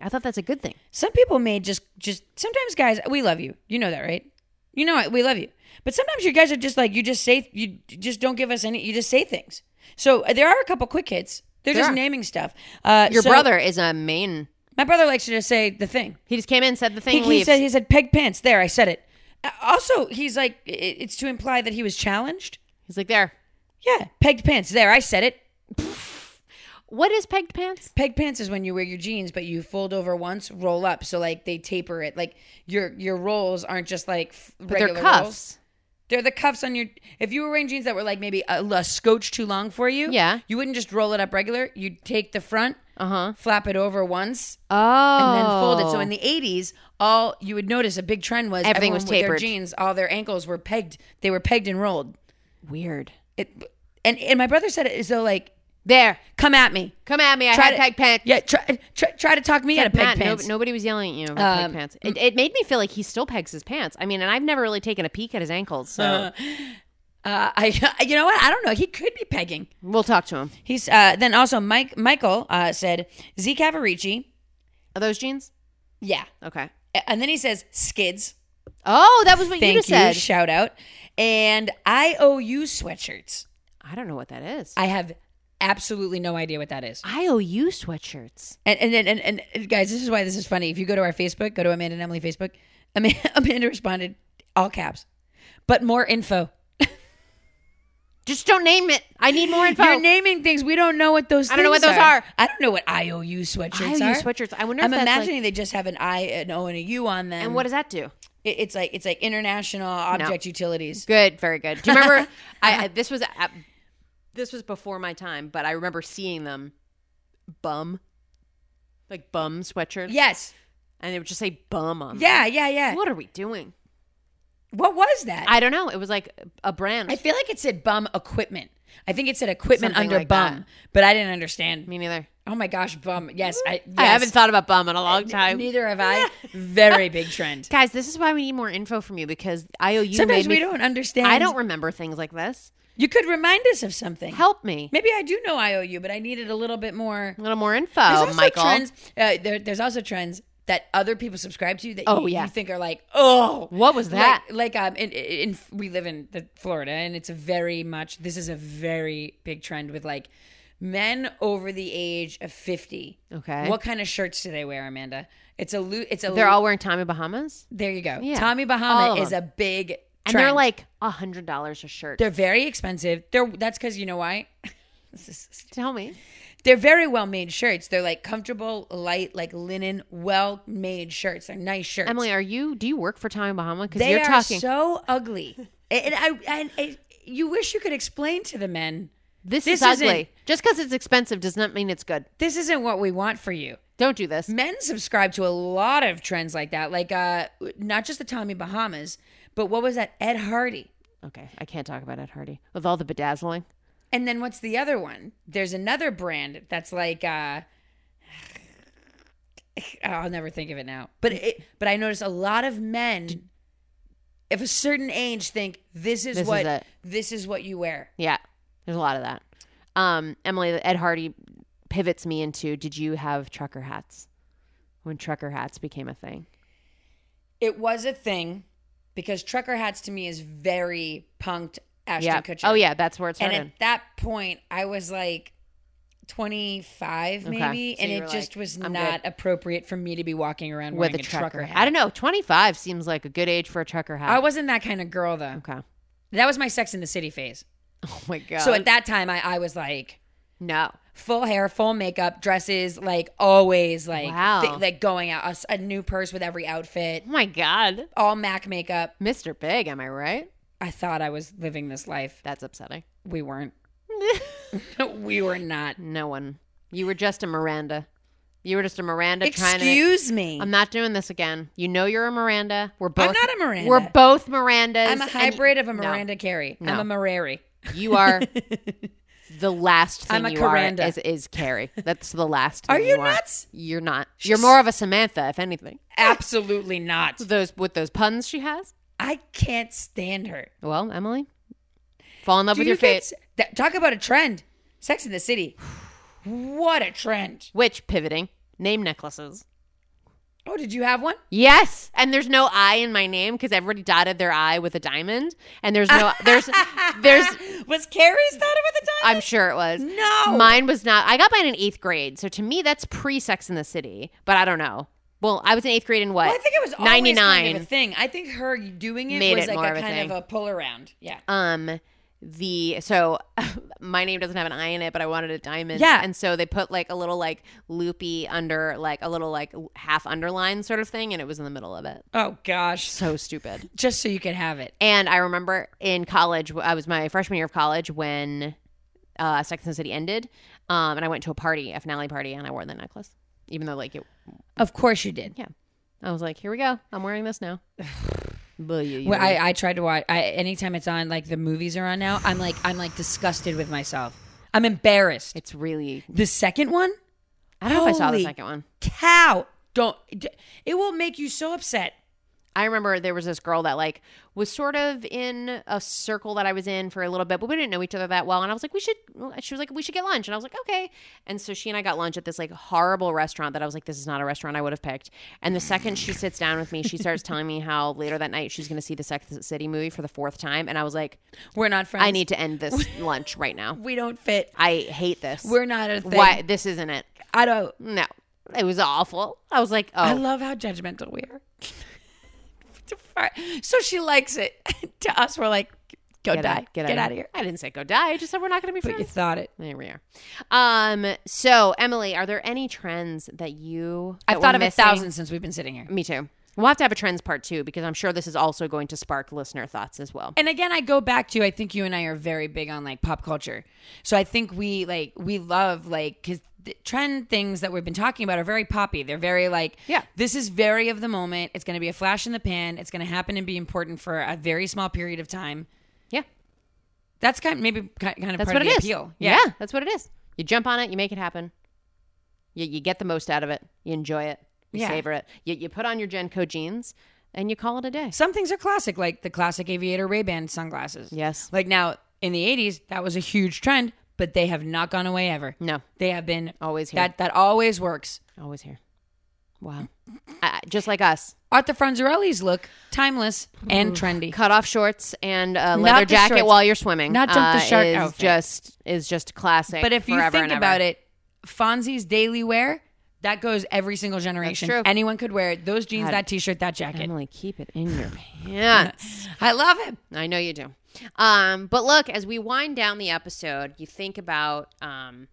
Speaker 2: I thought that's a good thing.
Speaker 3: Some people may just just sometimes guys we love you. You know that, right? You know it, we love you. But sometimes you guys are just like you just say you just don't give us any. You just say things. So uh, there are a couple quick hits. They're
Speaker 2: There
Speaker 3: just
Speaker 2: are.
Speaker 3: naming stuff. Uh,
Speaker 2: Your
Speaker 3: so-
Speaker 2: brother is a main.
Speaker 3: My brother likes to just say the thing.
Speaker 2: He just came in, said the thing.
Speaker 3: He, he
Speaker 2: leaves.
Speaker 3: said he said peg pants. There, I said it. Uh, Also, he's like i- it's to imply that he was challenged.
Speaker 2: He's like, there.
Speaker 3: Yeah, pegged pants. There, I said it.
Speaker 2: What is pegged pants?
Speaker 3: Peg pants is when you wear your jeans, but you fold over once, roll up. So like they taper it. Like your your rolls aren't just like f-
Speaker 2: But they're
Speaker 3: regular rolls.
Speaker 2: cuffs.
Speaker 3: They're the cuffs on your. If you were wearing jeans that were like maybe a, a scotch too long for you,
Speaker 2: Yeah.
Speaker 3: you wouldn't just roll it up regular. You'd take the front,
Speaker 2: Uh huh.
Speaker 3: flap it over once,
Speaker 2: Oh.
Speaker 3: and then fold it. So in the '80s, all you would notice a big trend was
Speaker 2: Everything
Speaker 3: everyone
Speaker 2: was
Speaker 3: with their
Speaker 2: tapered.
Speaker 3: jeans, all their ankles were pegged. They were pegged and rolled.
Speaker 2: weird.
Speaker 3: It, and and my brother said it as though like,
Speaker 2: There.
Speaker 3: come at me,
Speaker 2: Come at me. I had pegged pants.
Speaker 3: Yeah, try, try try to talk me out of
Speaker 2: Matt,
Speaker 3: peg
Speaker 2: no-
Speaker 3: pants.
Speaker 2: nobody was yelling at you about
Speaker 3: Um,
Speaker 2: pegged pants. It, it made me feel like he still pegs his pants. I mean, and I've never really taken a peek at his ankles, so
Speaker 3: Uh-huh. Uh, I [laughs] you know what? I don't know. He could be pegging.
Speaker 2: we'll talk to him.
Speaker 3: He's uh, then also Mike Michael uh, said Z Cavarici.
Speaker 2: Are those jeans?
Speaker 3: Yeah,
Speaker 2: Okay.
Speaker 3: and then he says skids.
Speaker 2: Oh, that was what
Speaker 3: Thank
Speaker 2: you
Speaker 3: you.
Speaker 2: just said.
Speaker 3: Shout out. And IOU sweatshirts.
Speaker 2: I don't know what that is.
Speaker 3: I have absolutely no idea what that is.
Speaker 2: IOU sweatshirts.
Speaker 3: And and and, and, and guys, this is why this is funny. If you go to our Facebook, go to Amanda and Emily Facebook. Amanda, [laughs] Amanda responded all caps, but more info.
Speaker 2: Just don't name it. I need more info.
Speaker 3: You're naming things we don't know what those.
Speaker 2: I don't know what
Speaker 3: things
Speaker 2: those are.
Speaker 3: I don't know what IOU sweatshirts
Speaker 2: IOU
Speaker 3: are.
Speaker 2: sweatshirts. I wonder if
Speaker 3: I'm
Speaker 2: that's
Speaker 3: imagining
Speaker 2: like,
Speaker 3: they just have an I, an O, and a U on them.
Speaker 2: And what does that do?
Speaker 3: It- it's like? It's like international object utilities.
Speaker 2: Good, very good. Do you [laughs] remember? I, I this was uh, this was before my time, but I remember seeing them. Bum, like bum sweatshirts,
Speaker 3: Yes.
Speaker 2: and they would just say bum on. them.
Speaker 3: Yeah. Yeah. Yeah. What,
Speaker 2: What are we doing?
Speaker 3: was that?
Speaker 2: I don't know. It was like a brand.
Speaker 3: I feel like it said bum equipment. I think it said equipment
Speaker 2: Something
Speaker 3: under
Speaker 2: like
Speaker 3: bum,
Speaker 2: that.
Speaker 3: but I didn't understand.
Speaker 2: Me neither.
Speaker 3: Oh my gosh, bum. Yes, I,
Speaker 2: I
Speaker 3: yes.
Speaker 2: haven't thought about bum in a long time.
Speaker 3: Neither have
Speaker 2: [laughs]
Speaker 3: I. Very big trend.
Speaker 2: Guys, this is why we need more info from you because IOU.
Speaker 3: Sometimes
Speaker 2: made me,
Speaker 3: we don't understand.
Speaker 2: I don't remember things like this.
Speaker 3: You could remind us of something.
Speaker 2: Help me.
Speaker 3: Maybe I do know IOU, but I needed a little bit more.
Speaker 2: A little more
Speaker 3: There's
Speaker 2: info,
Speaker 3: also
Speaker 2: Oh, Michael.
Speaker 3: trends. Uh, there, there's also trends that other people subscribe to that
Speaker 2: Oh,
Speaker 3: you,
Speaker 2: yeah.
Speaker 3: you think are like, oh,
Speaker 2: What was that?
Speaker 3: Like, like um, in, in, we live in the Florida, and it's a very much. This is a very big trend with like men over the age of fifty.
Speaker 2: Okay.
Speaker 3: What kind of shirts do they wear, Amanda? It's a lo- it's a
Speaker 2: They're all wearing Tommy Bahamas,
Speaker 3: There you go.
Speaker 2: Yeah.
Speaker 3: Tommy
Speaker 2: All of
Speaker 3: Bahama is a
Speaker 2: them.
Speaker 3: big trend.
Speaker 2: and they're like a hundred dollars a shirt.
Speaker 3: they're very expensive. They're that's because you know why? This is-
Speaker 2: Tell me.
Speaker 3: they're very well made shirts. They're like comfortable, light, like linen, well made shirts. They're nice shirts.
Speaker 2: Emily, are you? Do you work for Tommy Bahama? Because
Speaker 3: they
Speaker 2: you're
Speaker 3: are
Speaker 2: talking.
Speaker 3: so ugly, [laughs] and I and I, you wish you could explain to the men
Speaker 2: this,
Speaker 3: this
Speaker 2: is ugly.
Speaker 3: isn't-
Speaker 2: Just because it's expensive does not mean it's good.
Speaker 3: this isn't what we want for you.
Speaker 2: Don't do this.
Speaker 3: men subscribe to a lot of trends like that, like uh, not just the Tommy Bahamas, but what was that Ed Hardy?
Speaker 2: Okay, I can't talk about Ed Hardy with all the bedazzling.
Speaker 3: And then what's the other one? There's another brand that's like uh I'll never think of it now. But it, but I notice a lot of men of a certain age think this is
Speaker 2: This is
Speaker 3: what
Speaker 2: it.
Speaker 3: this is what you wear.
Speaker 2: Yeah, there's a lot of that. Um, Emily, Ed Hardy pivots me into. Did you have trucker hats? When trucker hats became a thing,
Speaker 3: It was a thing because trucker hats to me is very punked Ashton
Speaker 2: yeah.
Speaker 3: Kutcher.
Speaker 2: Oh yeah, that's where it
Speaker 3: And
Speaker 2: started.
Speaker 3: at that point I was like 25
Speaker 2: Okay.
Speaker 3: maybe
Speaker 2: So
Speaker 3: and
Speaker 2: you
Speaker 3: it
Speaker 2: were
Speaker 3: just
Speaker 2: like,
Speaker 3: was
Speaker 2: I'm
Speaker 3: not appropriate for me to be walking around
Speaker 2: with
Speaker 3: wearing
Speaker 2: a trucker,
Speaker 3: hat.
Speaker 2: hat. I don't know. 25 seems like a good age for a trucker hat.
Speaker 3: I wasn't that kind of girl though.
Speaker 2: okay.
Speaker 3: That was my Sex in the City phase.
Speaker 2: Oh my god.
Speaker 3: So at that time, I, I was like
Speaker 2: no.
Speaker 3: full hair, full makeup, dresses, like always, like
Speaker 2: Wow.
Speaker 3: thi- like going out, a s- a, new purse with every outfit,
Speaker 2: Oh my god.
Speaker 3: all Mac makeup.
Speaker 2: Mr. Big, am I right?
Speaker 3: I thought I was living this life.
Speaker 2: That's upsetting.
Speaker 3: We
Speaker 2: [laughs]
Speaker 3: weren't. we were not.
Speaker 2: No one. You were just a Miranda. You were just a Miranda trying to.
Speaker 3: Excuse me.
Speaker 2: I'm not doing this again. You know you're a Miranda. We're both.
Speaker 3: I'm not a Miranda.
Speaker 2: We're both Mirandas.
Speaker 3: I'm a
Speaker 2: and-
Speaker 3: hybrid of a
Speaker 2: No.
Speaker 3: Miranda Carey.
Speaker 2: No.
Speaker 3: I'm a Marary. [laughs]
Speaker 2: You are the last thing
Speaker 3: I'm a
Speaker 2: you
Speaker 3: Caranda.
Speaker 2: are is, is Carrie. That's the last.
Speaker 3: Are
Speaker 2: thing
Speaker 3: you
Speaker 2: you are.
Speaker 3: nuts?
Speaker 2: You're not. You're more of a Samantha, if anything.
Speaker 3: Absolutely not.
Speaker 2: Those with those puns she has.
Speaker 3: I can't stand her.
Speaker 2: Well, Emily, fall in love
Speaker 3: Do
Speaker 2: with
Speaker 3: you
Speaker 2: your fate.
Speaker 3: think s- that- talk about a trend. Sex in the City. [sighs] What a trend.
Speaker 2: Which pivoting name necklaces.
Speaker 3: Oh, did you have one?
Speaker 2: Yes, and there's no I in my name because everybody dotted their I with a diamond, and there's no there's there's
Speaker 3: [laughs] was Carrie's thought of at the time?
Speaker 2: I'm sure it was.
Speaker 3: [laughs] No.
Speaker 2: Mine was not. I got mine in eighth grade, so to me that's pre Sex in the City, but I don't know. Well, I was in eighth grade in what?
Speaker 3: Well, I think it was always
Speaker 2: ninety
Speaker 3: 99.
Speaker 2: nine.
Speaker 3: kind of a thing. I think her doing it
Speaker 2: Made
Speaker 3: was
Speaker 2: it
Speaker 3: like
Speaker 2: more of
Speaker 3: a
Speaker 2: a
Speaker 3: kind
Speaker 2: thing.
Speaker 3: of a pull around. Yeah.
Speaker 2: um the so [laughs] my name doesn't have an I in it, but I wanted a diamond.
Speaker 3: Yeah.
Speaker 2: and so they put like a little like loopy under like a little like half underline sort of thing, and it was in the middle of it.
Speaker 3: Oh gosh.
Speaker 2: So stupid.
Speaker 3: Just so you could have it.
Speaker 2: And I remember in college, I was my freshman year of college when uh, Sex and the City ended, um, and I went to a party, a finale party, and I wore the necklace, even though like it,
Speaker 3: Of course you did.
Speaker 2: yeah, I was like, here we go, I'm wearing this now. [sighs] but you,
Speaker 3: Well, I, I tried to watch. I, anytime it's on, like the movies are on now, I'm like, I'm like disgusted with myself. I'm embarrassed.
Speaker 2: it's really.
Speaker 3: The second one,
Speaker 2: I don't know if I saw the
Speaker 3: Holy-
Speaker 2: second one.
Speaker 3: cow, don't. It will make you so upset.
Speaker 2: I remember there was this girl that like was sort of in a circle that I was in for a little bit, but we didn't know each other that well. And I was like, we should. She was like, we should get lunch, and I was like, okay. And so she and I got lunch at this like horrible restaurant that I was like, this is not a restaurant I would have picked. And the second she sits down with me, she starts telling me how later that night she's going to see the Sex and the City movie for the fourth time, and I was like,
Speaker 3: We're not friends.
Speaker 2: I need to end this lunch right now.
Speaker 3: We don't fit.
Speaker 2: I hate this.
Speaker 3: We're not a thing.
Speaker 2: Why this isn't it?
Speaker 3: I don't.
Speaker 2: No, it was awful. I was like, oh,
Speaker 3: I love how judgmental we are. [laughs] so she likes it. [laughs] to us, we're like, go
Speaker 2: get
Speaker 3: die,
Speaker 2: out, get,
Speaker 3: out of here.
Speaker 2: I didn't say go die. I just said we're not going to be
Speaker 3: But you
Speaker 2: friends.
Speaker 3: thought it.
Speaker 2: There we are. Um, so Emily, are there any trends that you that
Speaker 3: I've thought
Speaker 2: we're
Speaker 3: of
Speaker 2: missing?
Speaker 3: a thousand since we've been sitting here.
Speaker 2: Me too. We'll have to have a trends part two because I'm sure this is also going to spark listener thoughts as well.
Speaker 3: and again i go back to i think you and i are very big on like pop culture so i think we like we love like because the trend things that we've been talking about are very poppy they're very like
Speaker 2: Yeah.
Speaker 3: this is very of the moment it's going to be a flash in the pan it's going to happen and be important for a very small period of time
Speaker 2: Yeah,
Speaker 3: that's kind maybe ki- kind of
Speaker 2: that's
Speaker 3: part
Speaker 2: what
Speaker 3: of
Speaker 2: it is.
Speaker 3: the appeal
Speaker 2: that's what it is. You jump on it, you make it happen. You you get the most out of it. You enjoy it. You
Speaker 3: Yeah.
Speaker 2: savor it. You you put on your Genco jeans and you call it a day.
Speaker 3: some things are classic like the classic aviator ray-ban sunglasses
Speaker 2: Yes.
Speaker 3: like now in the 80s that was a huge trend but they have not gone away ever
Speaker 2: No.
Speaker 3: they have been
Speaker 2: Always here.
Speaker 3: that that always works
Speaker 2: Always here. Wow. I, I- just like us.
Speaker 3: Art the Franzarelli's look, timeless
Speaker 2: Mm.
Speaker 3: and trendy.
Speaker 2: cut off shorts and a leather
Speaker 3: the
Speaker 2: jacket
Speaker 3: shorts.
Speaker 2: while you're swimming. Uh,
Speaker 3: Not jump the shark
Speaker 2: is
Speaker 3: outfit.
Speaker 2: Just is just classic.
Speaker 3: But if you
Speaker 2: forever
Speaker 3: think
Speaker 2: and
Speaker 3: about
Speaker 2: ever.
Speaker 3: it, Fonzie's daily wear, that goes every single generation.
Speaker 2: true.
Speaker 3: Anyone could wear it. Those jeans,
Speaker 2: God.
Speaker 3: that t-shirt, that jacket.
Speaker 2: Emily, keep it in your pants.
Speaker 3: I love it.
Speaker 2: I know you do. Um, but look, as we wind down the episode, you think about um,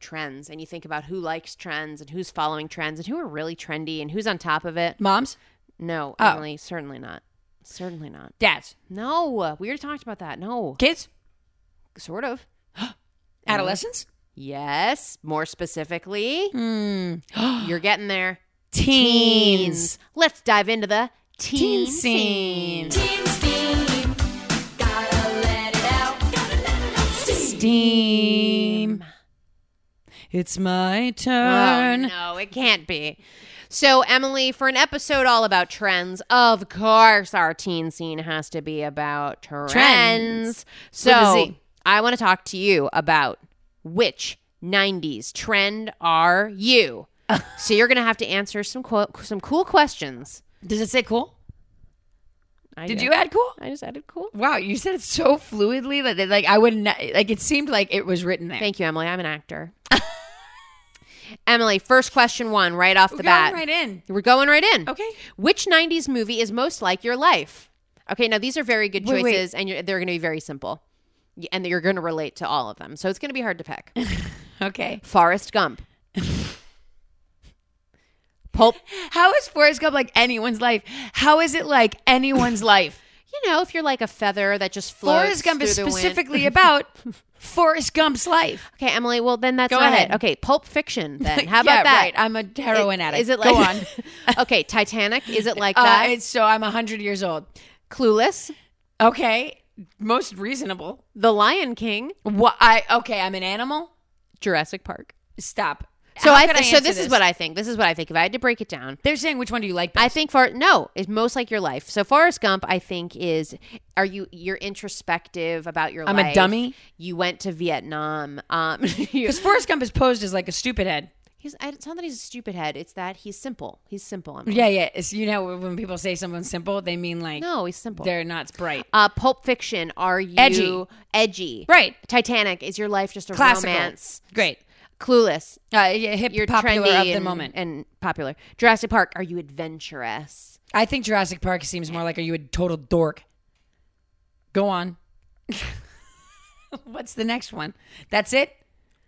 Speaker 2: trends and you think about who likes trends and who's following trends and who are really trendy and who's on top of it.
Speaker 3: Moms,
Speaker 2: No,
Speaker 3: Oh.
Speaker 2: Emily, certainly not. Certainly not.
Speaker 3: dads,
Speaker 2: No, we already talked about that. No,
Speaker 3: kids,
Speaker 2: sort of.
Speaker 3: adolescents,
Speaker 2: Yes, more specifically, Hmm.
Speaker 3: mm.
Speaker 2: you're getting there.
Speaker 3: teens.
Speaker 2: Let's dive into the
Speaker 3: Teen
Speaker 2: teen,
Speaker 3: scene.
Speaker 4: Team scheme. Gotta let it out. Gotta let it out. Steam.
Speaker 3: Steam. It's my
Speaker 2: Oh,
Speaker 3: turn.
Speaker 2: no, it can't be. So, Emily, for an episode all about trends, of course, our teen scene has to be about trends.
Speaker 3: Trends. With a
Speaker 2: So,
Speaker 3: Z.
Speaker 2: I want to talk to you about which 90s trend are you?
Speaker 3: [laughs]
Speaker 2: so, you're going to have to answer some qu- some cool questions.
Speaker 3: Does it say cool?
Speaker 2: I
Speaker 3: Did you add cool?
Speaker 2: I just added cool.
Speaker 3: Wow, you said it so fluidly that that, like I wouldn't like it seemed like it was written there.
Speaker 2: Thank you, Emily. I'm an actor. [laughs] Emily, first question one, right off the
Speaker 3: We're
Speaker 2: bat.
Speaker 3: going right in.
Speaker 2: We're going right in.
Speaker 3: Okay.
Speaker 2: Which 90s movie is most like your life? Okay, now these are very good
Speaker 3: Wait, wait.
Speaker 2: choices and you're, they're going to be very simple. Y- And you're going to relate to all of them. So it's going to be hard
Speaker 3: [laughs]
Speaker 2: to pick.
Speaker 3: Okay.
Speaker 2: Forrest Gump. Pulp.
Speaker 3: How is Forrest Gump like anyone's life? How is it like [laughs] anyone's life?
Speaker 2: You know, if you're like a feather that just floats.
Speaker 3: Forrest Gump is
Speaker 2: through the wind.
Speaker 3: specifically about Forrest Gump's life.
Speaker 2: Okay, Emily. Well, then that's
Speaker 3: Go
Speaker 2: not
Speaker 3: ahead.
Speaker 2: it. Okay, Pulp Fiction.
Speaker 3: [laughs]
Speaker 2: Then how about
Speaker 3: yeah,
Speaker 2: that?
Speaker 3: Right. I'm a heroin addict.
Speaker 2: Is it like
Speaker 3: Go [laughs] on?
Speaker 2: [laughs] okay, Titanic. Is it like
Speaker 3: Uh,
Speaker 2: that?
Speaker 3: it's, so I'm 100 years old.
Speaker 2: Clueless.
Speaker 3: Okay. Most reasonable.
Speaker 2: The Lion King.
Speaker 3: What I okay, I'm an animal.
Speaker 2: Jurassic Park.
Speaker 3: Stop.
Speaker 2: So
Speaker 3: How
Speaker 2: I,
Speaker 3: could
Speaker 2: th- so
Speaker 3: answer
Speaker 2: this, is what I think. This is what I think. If I had to break it down,
Speaker 3: They're saying which one do you like best?
Speaker 2: I think for no is most like your life. So Forrest Gump, I think is are you you're introspective about your
Speaker 3: I'm a
Speaker 2: life.
Speaker 3: dummy?
Speaker 2: You went to Vietnam. Um, [laughs] you,
Speaker 3: Because Forrest Gump is posed as like a stupid head.
Speaker 2: he's I, it's not that he's a stupid head. It's that he's simple. He's simple. Emily.
Speaker 3: Yeah, yeah. It's, you know, when people say someone's simple, they mean like
Speaker 2: No, he's simple.
Speaker 3: they're not bright.
Speaker 2: Uh, Pulp Fiction. Are you
Speaker 3: Edgy.
Speaker 2: edgy?
Speaker 3: Right.
Speaker 2: Titanic. Is your life just a
Speaker 3: Classical.
Speaker 2: romance?
Speaker 3: Great.
Speaker 2: Clueless.
Speaker 3: Uh, yeah, hip,
Speaker 2: You're
Speaker 3: popular
Speaker 2: trendy
Speaker 3: of the
Speaker 2: and,
Speaker 3: moment.
Speaker 2: and popular. Jurassic Park. Are you adventurous?
Speaker 3: I think Jurassic Park seems more like are you a total dork? Go on. [laughs] What's the next one? That's it.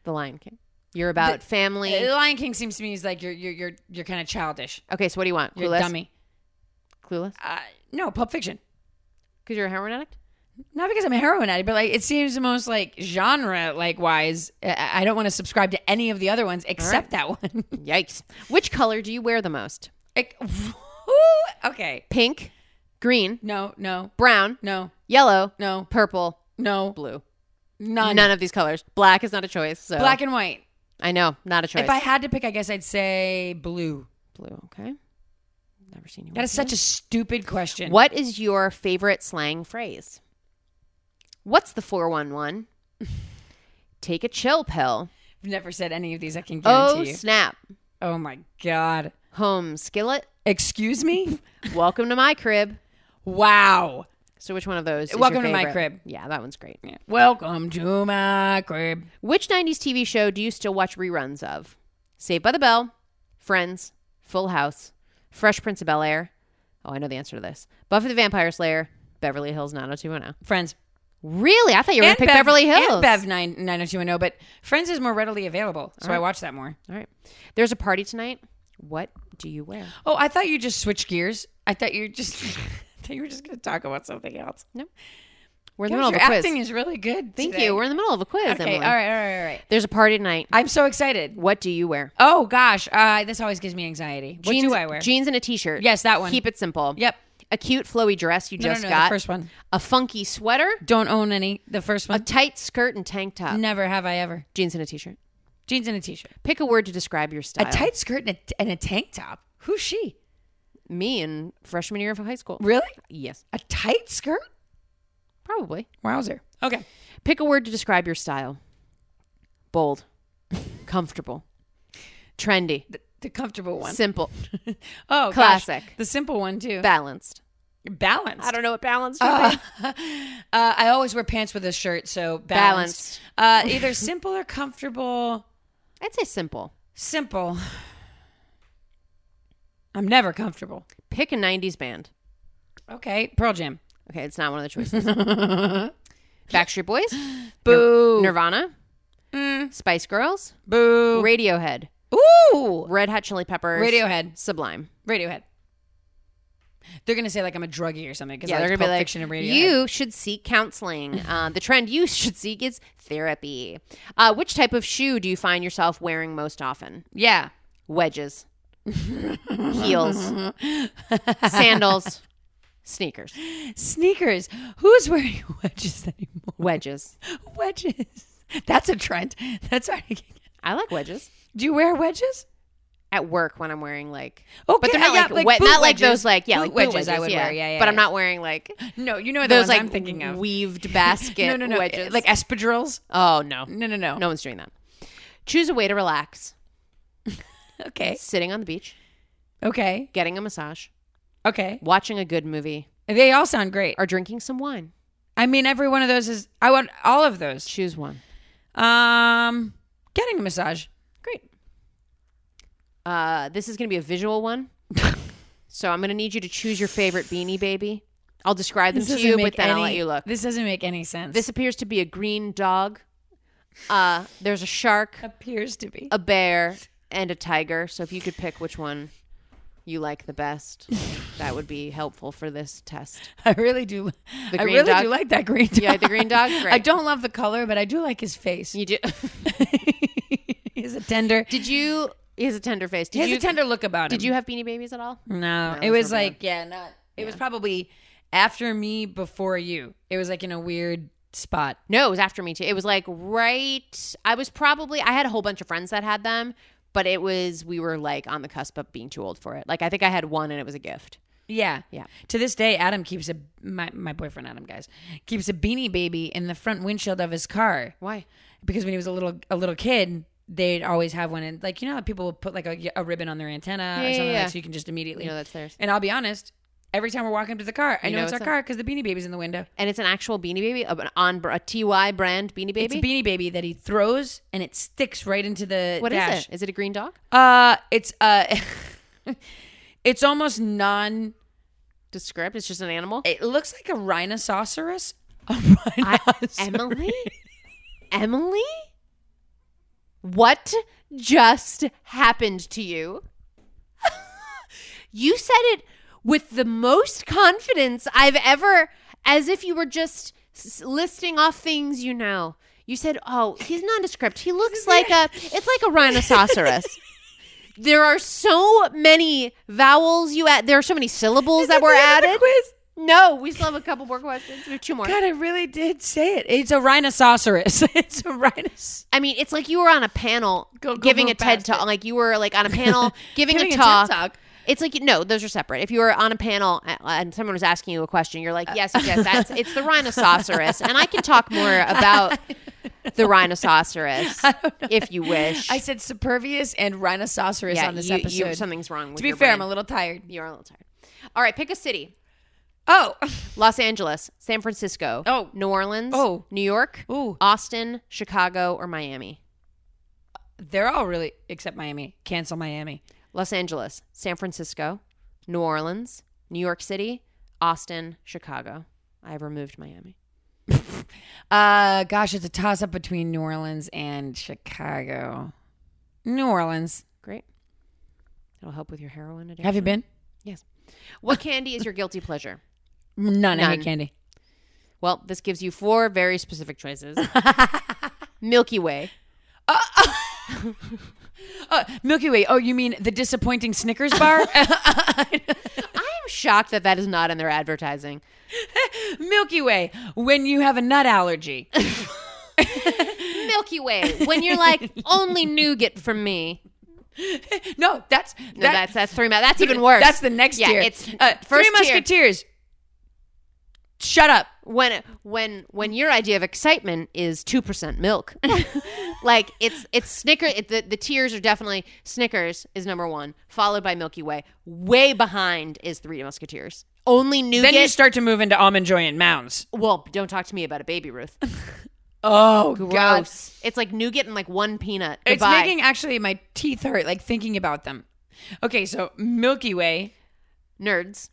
Speaker 2: The Lion King. You're about family.
Speaker 3: The Uh, Lion King seems to me is like you're you're you're you're kind of childish.
Speaker 2: Okay, so what do you want?
Speaker 3: You're
Speaker 2: Clueless.
Speaker 3: a dummy.
Speaker 2: Clueless.
Speaker 3: Uh, no, Pulp Fiction.
Speaker 2: Because you're a heroin addict.
Speaker 3: Not because I'm a heroin addict, but like it seems the most like genre like wise. I, I don't want to subscribe to any of the other ones except that one. [laughs]
Speaker 2: Yikes. Which color do you wear the most?
Speaker 3: Like, whoo- okay.
Speaker 2: Pink, green,
Speaker 3: No, no,
Speaker 2: brown,
Speaker 3: no,
Speaker 2: yellow,
Speaker 3: no,
Speaker 2: purple,
Speaker 3: no.
Speaker 2: blue.
Speaker 3: None.
Speaker 2: None of these colors. Black is not a choice. So
Speaker 3: Black and white.
Speaker 2: I know, not a choice.
Speaker 3: If I had to pick, I guess I'd say blue.
Speaker 2: blue. Okay. Never seen you.
Speaker 3: That is such a stupid question.
Speaker 2: What is your favorite slang phrase? What's the
Speaker 3: [laughs]
Speaker 2: 411? Take a chill pill.
Speaker 3: I've never said any of these. I can guarantee
Speaker 2: Oh,
Speaker 3: you.
Speaker 2: snap.
Speaker 3: Oh my god.
Speaker 2: Home skillet.
Speaker 3: Excuse me. [laughs]
Speaker 2: Welcome to my crib.
Speaker 3: wow.
Speaker 2: So, which one of those? is your
Speaker 3: Welcome to my
Speaker 2: favorite?
Speaker 3: crib.
Speaker 2: Yeah, that one's great.
Speaker 3: Welcome to my crib.
Speaker 2: Which 90s TV show do you still watch reruns of? Saved by the Bell, Friends, Full House, Fresh Prince of Bel Air. Oh, I know the answer to this. Buffy the Vampire Slayer, Beverly Hills 90210.
Speaker 3: Friends.
Speaker 2: Really? I thought you were going to pick
Speaker 3: Bev-
Speaker 2: Beverly Hills.
Speaker 3: And Bev oh 9, 90210, but Friends is more readily available, so I watch that more.
Speaker 2: All right. There's a party tonight. What do you wear?
Speaker 3: Oh, I thought you just switched gears. I thought you just [laughs] I thought you were just going to talk about something else.
Speaker 2: We're in the
Speaker 3: Guys,
Speaker 2: middle of
Speaker 3: your
Speaker 2: a quiz.
Speaker 3: acting is really good.
Speaker 2: Thank
Speaker 3: today.
Speaker 2: you. We're in the middle of a quiz,
Speaker 3: okay.
Speaker 2: Emily.
Speaker 3: All right, all right, all right.
Speaker 2: There's a party tonight.
Speaker 3: I'm so excited.
Speaker 2: What do you wear?
Speaker 3: Oh gosh, uh, this always gives me anxiety. What
Speaker 2: jeans,
Speaker 3: do I wear?
Speaker 2: Jeans and a t-shirt.
Speaker 3: Yes, that one.
Speaker 2: Keep it simple.
Speaker 3: Yep.
Speaker 2: A cute flowy dress you
Speaker 3: No, no,
Speaker 2: just
Speaker 3: no, the
Speaker 2: got.
Speaker 3: first one.
Speaker 2: A funky sweater.
Speaker 3: Don't own any. The first
Speaker 2: A
Speaker 3: one.
Speaker 2: tight skirt and tank top.
Speaker 3: Never have I ever.
Speaker 2: Jeans and a t-shirt.
Speaker 3: Jeans and a t-shirt.
Speaker 2: Pick a word to describe your style.
Speaker 3: A tight skirt and a, and a tank top. Who's she?
Speaker 2: Me in freshman year of high school.
Speaker 3: Really?
Speaker 2: Yes,
Speaker 3: A tight skirt?
Speaker 2: probably.
Speaker 3: Wowzer. Okay.
Speaker 2: Pick a word to describe your style. Bold, [laughs] comfortable, trendy,
Speaker 3: The, the comfortable one.
Speaker 2: simple,
Speaker 3: [laughs] oh, gosh.
Speaker 2: classic.
Speaker 3: The simple one too.
Speaker 2: balanced.
Speaker 3: Balance. [laughs]
Speaker 2: don't know what balanced
Speaker 3: Uh, uh, I always wear pants with a shirt, so balanced. Uh, either simple or comfortable.
Speaker 2: I'd say simple.
Speaker 3: Simple. I'm never comfortable.
Speaker 2: Pick a 90s band.
Speaker 3: Okay, Pearl
Speaker 2: [laughs]
Speaker 3: Jam.
Speaker 2: Okay, it's not one of
Speaker 3: [laughs]
Speaker 2: the choices. Backstreet Boys,
Speaker 3: Boo.
Speaker 2: Nirvana,
Speaker 3: Mm.
Speaker 2: Spice Girls,
Speaker 3: Boo.
Speaker 2: Radiohead,
Speaker 3: Ooh.
Speaker 2: Red Hot Chili Peppers,
Speaker 3: Radiohead.
Speaker 2: Sublime.
Speaker 3: Radiohead. They're gonna say like I'm a druggie or something. like,
Speaker 2: Yeah, they're
Speaker 3: Pulp
Speaker 2: gonna be like,
Speaker 3: Fiction and Radiohead.
Speaker 2: you should seek counseling.
Speaker 3: [laughs]
Speaker 2: uh, the trend you should seek is therapy. Uh, which type of shoe do you find yourself wearing most often?
Speaker 3: Yeah. [laughs]
Speaker 2: Wedges, heels, sandals, sneakers,
Speaker 3: Sneakers. Who's wearing [laughs] wedges anymore?
Speaker 2: wedges.
Speaker 3: Wedges. That's a trend. That's right.
Speaker 2: I like wedges
Speaker 3: Do you wear wedges?
Speaker 2: at work when I'm wearing like.
Speaker 3: Okay,
Speaker 2: But they're
Speaker 3: uh,
Speaker 2: not
Speaker 3: yeah,
Speaker 2: like, wet,
Speaker 3: boot
Speaker 2: not like
Speaker 3: wedges.
Speaker 2: those like yeah
Speaker 3: Boot
Speaker 2: like boot
Speaker 3: wedges, I would
Speaker 2: yeah.
Speaker 3: wear. Yeah, yeah.
Speaker 2: but I'm
Speaker 3: yeah.
Speaker 2: not wearing like
Speaker 3: No, you know the
Speaker 2: those
Speaker 3: ones
Speaker 2: like
Speaker 3: I'm thinking of.
Speaker 2: weaved
Speaker 3: [laughs]
Speaker 2: basket
Speaker 3: no, no, no.
Speaker 2: wedges.
Speaker 3: Like espadrilles.
Speaker 2: oh no,
Speaker 3: No, no, no.
Speaker 2: no one's doing that. Choose a way to relax:
Speaker 3: Okay.
Speaker 2: sitting on the beach,
Speaker 3: Okay.
Speaker 2: getting a massage,
Speaker 3: Okay.
Speaker 2: watching a good movie,
Speaker 3: They all sound great.
Speaker 2: or drinking some wine.
Speaker 3: I mean, every one of those is. I want all of those.
Speaker 2: Choose one.
Speaker 3: Um, getting a massage. [laughs]
Speaker 2: Great. Uh, this is going to be a visual one. so I'm going to need you to choose your favorite beanie baby. I'll describe them to you, but then I'll let you look.
Speaker 3: This doesn't make any sense.
Speaker 2: This appears to be a green dog. Uh, there's a shark,
Speaker 3: appears to be.
Speaker 2: a bear, and a tiger. So if you could pick which one you like the best, that would be helpful for this test.
Speaker 3: [laughs] I really do.
Speaker 2: The
Speaker 3: I
Speaker 2: green
Speaker 3: really
Speaker 2: dog?
Speaker 3: do like that green dog.
Speaker 2: You like the green dog?
Speaker 3: I
Speaker 2: Great.
Speaker 3: don't love the color, but I do like his face. [laughs]
Speaker 2: You do. [laughs]
Speaker 3: He's a tender.
Speaker 2: Did you? He has a tender face.
Speaker 3: He
Speaker 2: Did
Speaker 3: has
Speaker 2: you?
Speaker 3: a tender look about him.
Speaker 2: did you have beanie babies at all?
Speaker 3: No,
Speaker 2: No,
Speaker 3: it
Speaker 2: that's
Speaker 3: was
Speaker 2: not bad.
Speaker 3: like yeah, not. It was probably after me, before you. It was like in a weird spot.
Speaker 2: No, it was after me too. It was like right. I was probably. I had a whole bunch of friends that had them, but it was we were like on the cusp of being too old for it. Like I think I had one and it was a gift.
Speaker 3: Yeah.
Speaker 2: Yeah.
Speaker 3: To this day, Adam keeps a my, my boyfriend Adam guys keeps a beanie baby in the front windshield of his car
Speaker 2: Why?
Speaker 3: because when he was a little a little kid, they'd always have one and like you know how people will put like a, a ribbon on their antenna
Speaker 2: Yeah,
Speaker 3: or
Speaker 2: yeah,
Speaker 3: something
Speaker 2: yeah.
Speaker 3: like, so you can just immediately
Speaker 2: You know that's theirs.
Speaker 3: And I'll be honest, every time we're walking up to the car, I
Speaker 2: You
Speaker 3: know,
Speaker 2: know
Speaker 3: it's,
Speaker 2: it's
Speaker 3: our
Speaker 2: a-
Speaker 3: car because the beanie baby's in the window.
Speaker 2: And it's an actual Beanie Baby, a- an on a TY brand Beanie Baby.
Speaker 3: It's a beanie baby that he throws and it sticks right into the
Speaker 2: What is
Speaker 3: dash.
Speaker 2: it? Is it a green dog?
Speaker 3: Uh, it's uh, [laughs] it's almost non.
Speaker 2: Descript. It's just an animal.
Speaker 3: It looks like a rhinoceros. A rhinoceros.
Speaker 2: Emily? Emily? What just happened to you? [laughs] you said it with the most confidence I've ever, as if you were just s- listing off things you know. You said, "Oh, he's nondescript. He looks like a. It's like a rhinoceros." there are so many vowels you add. There are so many syllables
Speaker 3: [laughs]
Speaker 2: that were added.
Speaker 3: Quiz.
Speaker 2: No, we still have a couple more questions. We have two more.
Speaker 3: God, I really did say it. It's a rhinoceros. [laughs] it's a rhinoceros.
Speaker 2: I mean, it's like you were on a panel
Speaker 3: Go- go
Speaker 2: giving a
Speaker 3: move
Speaker 2: TED
Speaker 3: past
Speaker 2: talk. Like you were like on
Speaker 3: [laughs]
Speaker 2: a panel giving,
Speaker 3: Giving
Speaker 2: a,
Speaker 3: a TED
Speaker 2: talk.
Speaker 3: Talk.
Speaker 2: It's like no, those are separate. If you were on a panel a- and someone was asking you a question, you're like, yes, yes, yes, that's it's the rhinoceros, and I can
Speaker 3: [laughs]
Speaker 2: talk more about the rhinoceros if you wish.
Speaker 3: I said supervious and rhinoceros on this
Speaker 2: you,
Speaker 3: episode.
Speaker 2: you- something's wrong. With
Speaker 3: to be
Speaker 2: your
Speaker 3: fair, I'm
Speaker 2: brain.
Speaker 3: a little tired.
Speaker 2: you're a little tired. All right, pick a city:
Speaker 3: Oh, [laughs]
Speaker 2: Los Angeles, San Francisco,
Speaker 3: Oh.
Speaker 2: New Orleans,
Speaker 3: Oh.
Speaker 2: New York,
Speaker 3: Ooh.
Speaker 2: Austin, Chicago, or Miami.
Speaker 3: they're all really except Miami. Cancel Miami.
Speaker 2: Los Angeles, San Francisco, New Orleans, New York City, Austin, Chicago. I have removed Miami.
Speaker 3: Uh, gosh, it's a toss up between New Orleans and Chicago. New Orleans.
Speaker 2: Great. It'll help with your heroin addiction.
Speaker 3: Have you been?
Speaker 2: Yes. What candy is your guilty pleasure?
Speaker 3: None. I
Speaker 2: None.
Speaker 3: hate candy.
Speaker 2: Well, this gives you four very specific choices. Milky Way.
Speaker 3: Uh, Milky Way. Oh, you mean the disappointing Snickers
Speaker 2: [laughs]
Speaker 3: bar? [laughs]
Speaker 2: I'm shocked that that is not in their advertising.
Speaker 3: Milky Way. When you have a nut
Speaker 2: [laughs]
Speaker 3: allergy.
Speaker 2: Milky Way. When you're like only nougat from me.
Speaker 3: No, that's
Speaker 2: No, that's that's three. mo- That's even
Speaker 3: [laughs]
Speaker 2: worse.
Speaker 3: That's the next
Speaker 2: yeah,
Speaker 3: tier.
Speaker 2: It's
Speaker 3: uh,
Speaker 2: first
Speaker 3: Three
Speaker 2: tier.
Speaker 3: Musketeers. Shut up.
Speaker 2: when when when your idea of excitement is 2% milk [laughs] like it's it's snicker it, the, the tiers are definitely snickers is number one followed by milky way way behind is three musketeers only nougat
Speaker 3: Then you start to move into almond joy and mounds.
Speaker 2: well don't talk to me about a
Speaker 3: [laughs]
Speaker 2: baby ruth
Speaker 3: Oh, God.
Speaker 2: gross it's like nougat and like one peanut
Speaker 3: It's
Speaker 2: Goodbye.
Speaker 3: making actually my teeth hurt, like thinking about them. Okay, so Milky Way.
Speaker 2: nerds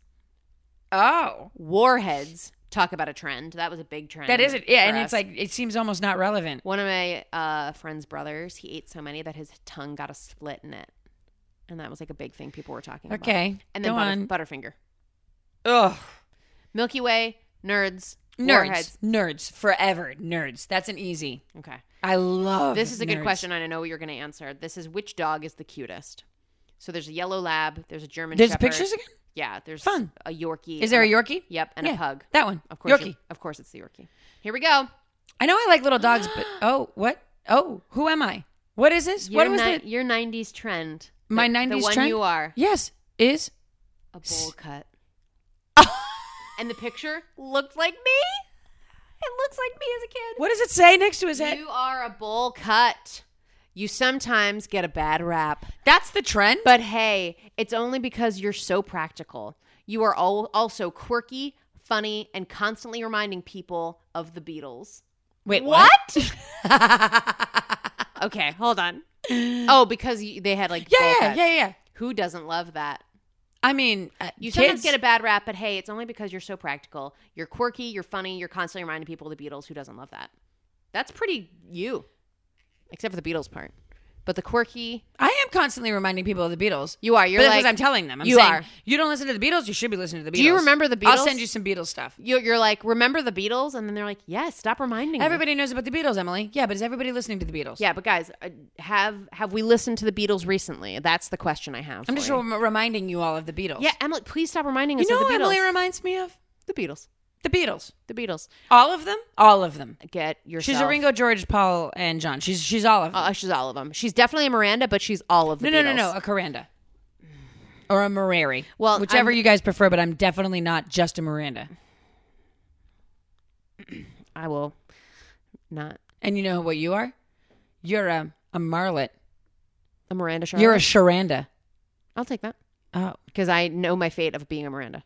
Speaker 3: Oh,
Speaker 2: warheads talk about a trend that was a big trend
Speaker 3: that is it. Yeah,
Speaker 2: for
Speaker 3: and
Speaker 2: us.
Speaker 3: it's like it seems almost not relevant.
Speaker 2: One of my uh, friend's brothers, he ate so many that his tongue got a split in it. And that was like a big thing people were talking about.
Speaker 3: Okay,
Speaker 2: And then
Speaker 3: go on.
Speaker 2: butter, Butterfinger.
Speaker 3: Ugh,
Speaker 2: Milky Way, nerds,
Speaker 3: nerds,
Speaker 2: warheads.
Speaker 3: nerds forever, nerds. That's an easy.
Speaker 2: Okay.
Speaker 3: I love.
Speaker 2: This is a good
Speaker 3: nerds.
Speaker 2: question. and I know what you're going to answer. This is which dog is the cutest? So there's a yellow lab, there's a German
Speaker 3: There's
Speaker 2: Shepherd.
Speaker 3: pictures again.
Speaker 2: Yeah, there's
Speaker 3: Fun.
Speaker 2: a Yorkie.
Speaker 3: Is there a
Speaker 2: and
Speaker 3: Yorkie?
Speaker 2: Yep, and
Speaker 3: Yeah,
Speaker 2: a pug.
Speaker 3: That one,
Speaker 2: Of course.
Speaker 3: Yorkie.
Speaker 2: Of course it's the Yorkie. Here we go.
Speaker 3: I know I like little dogs,
Speaker 2: [gasps]
Speaker 3: but oh, what? Oh, who am I? What is this?
Speaker 2: Your
Speaker 3: what was
Speaker 2: ni-
Speaker 3: it?
Speaker 2: Your 90s trend.
Speaker 3: My
Speaker 2: The-
Speaker 3: 90s
Speaker 2: The one
Speaker 3: trend?
Speaker 2: you are.
Speaker 3: Yes, is
Speaker 2: a bowl cut. [laughs] and the picture looked like me. It looks like me as a kid.
Speaker 3: what does it say next to his head?
Speaker 2: You are a bowl cut. You sometimes get a bad rap.
Speaker 3: That's the trend.
Speaker 2: But hey, it's only because you're so practical. You are all also quirky, funny, and constantly reminding people of the Beatles.
Speaker 3: Wait,
Speaker 2: [laughs] okay,
Speaker 3: [gasps]
Speaker 2: hold on. Oh, because you, they had like bowl
Speaker 3: yeah, yeah,
Speaker 2: cuts.
Speaker 3: yeah, yeah.
Speaker 2: Who doesn't love that?
Speaker 3: I mean, uh,
Speaker 2: You
Speaker 3: kids
Speaker 2: sometimes get a bad rap, but hey, it's only because you're so practical. You're quirky, you're funny, you're constantly reminding people of the Beatles. Who doesn't love that? That's pretty you, except for the Beatles part. But the quirky,
Speaker 3: I am constantly reminding people of the Beatles.
Speaker 2: you are. You're
Speaker 3: but
Speaker 2: like
Speaker 3: because I'm telling them, I'm
Speaker 2: you
Speaker 3: saying,
Speaker 2: are.
Speaker 3: You don't listen to the Beatles. You should be listening to the Beatles.
Speaker 2: Do you remember the
Speaker 3: I'll
Speaker 2: Beatles?
Speaker 3: send you some Beatles stuff.
Speaker 2: you- you're like remember the Beatles, and then they're like, yes, stop reminding me."
Speaker 3: Everybody knows about the Beatles, Emily. Yeah, but is everybody listening to the Beatles?
Speaker 2: Yeah, but guys, uh, have have we listened to the Beatles recently? That's the question I have.
Speaker 3: I'm
Speaker 2: for
Speaker 3: just
Speaker 2: you.
Speaker 3: rem- reminding you all of the Beatles.
Speaker 2: Yeah, Emily, please stop reminding
Speaker 3: You
Speaker 2: us
Speaker 3: know
Speaker 2: of
Speaker 3: what
Speaker 2: the Beatles.
Speaker 3: Emily reminds me of?
Speaker 2: the Beatles.
Speaker 3: The Beatles.
Speaker 2: The Beatles.
Speaker 3: All of them? All of them.
Speaker 2: Get yourself.
Speaker 3: She's a Ringo, George, Paul, and John. She's she's all of them.
Speaker 2: Uh, she's all of them. She's definitely a Miranda, but she's all of the
Speaker 3: no, no, no, no. A Coranda. Or a Morari.
Speaker 2: Well,
Speaker 3: whichever
Speaker 2: I'm-
Speaker 3: you guys prefer, but I'm definitely not just a Miranda.
Speaker 2: I will not.
Speaker 3: And you know what you are? You're a, a Marlet.
Speaker 2: A Miranda Charlotte.
Speaker 3: You're a Sharanda.
Speaker 2: I'll take that
Speaker 3: Oh.
Speaker 2: because I know my fate of being a Miranda.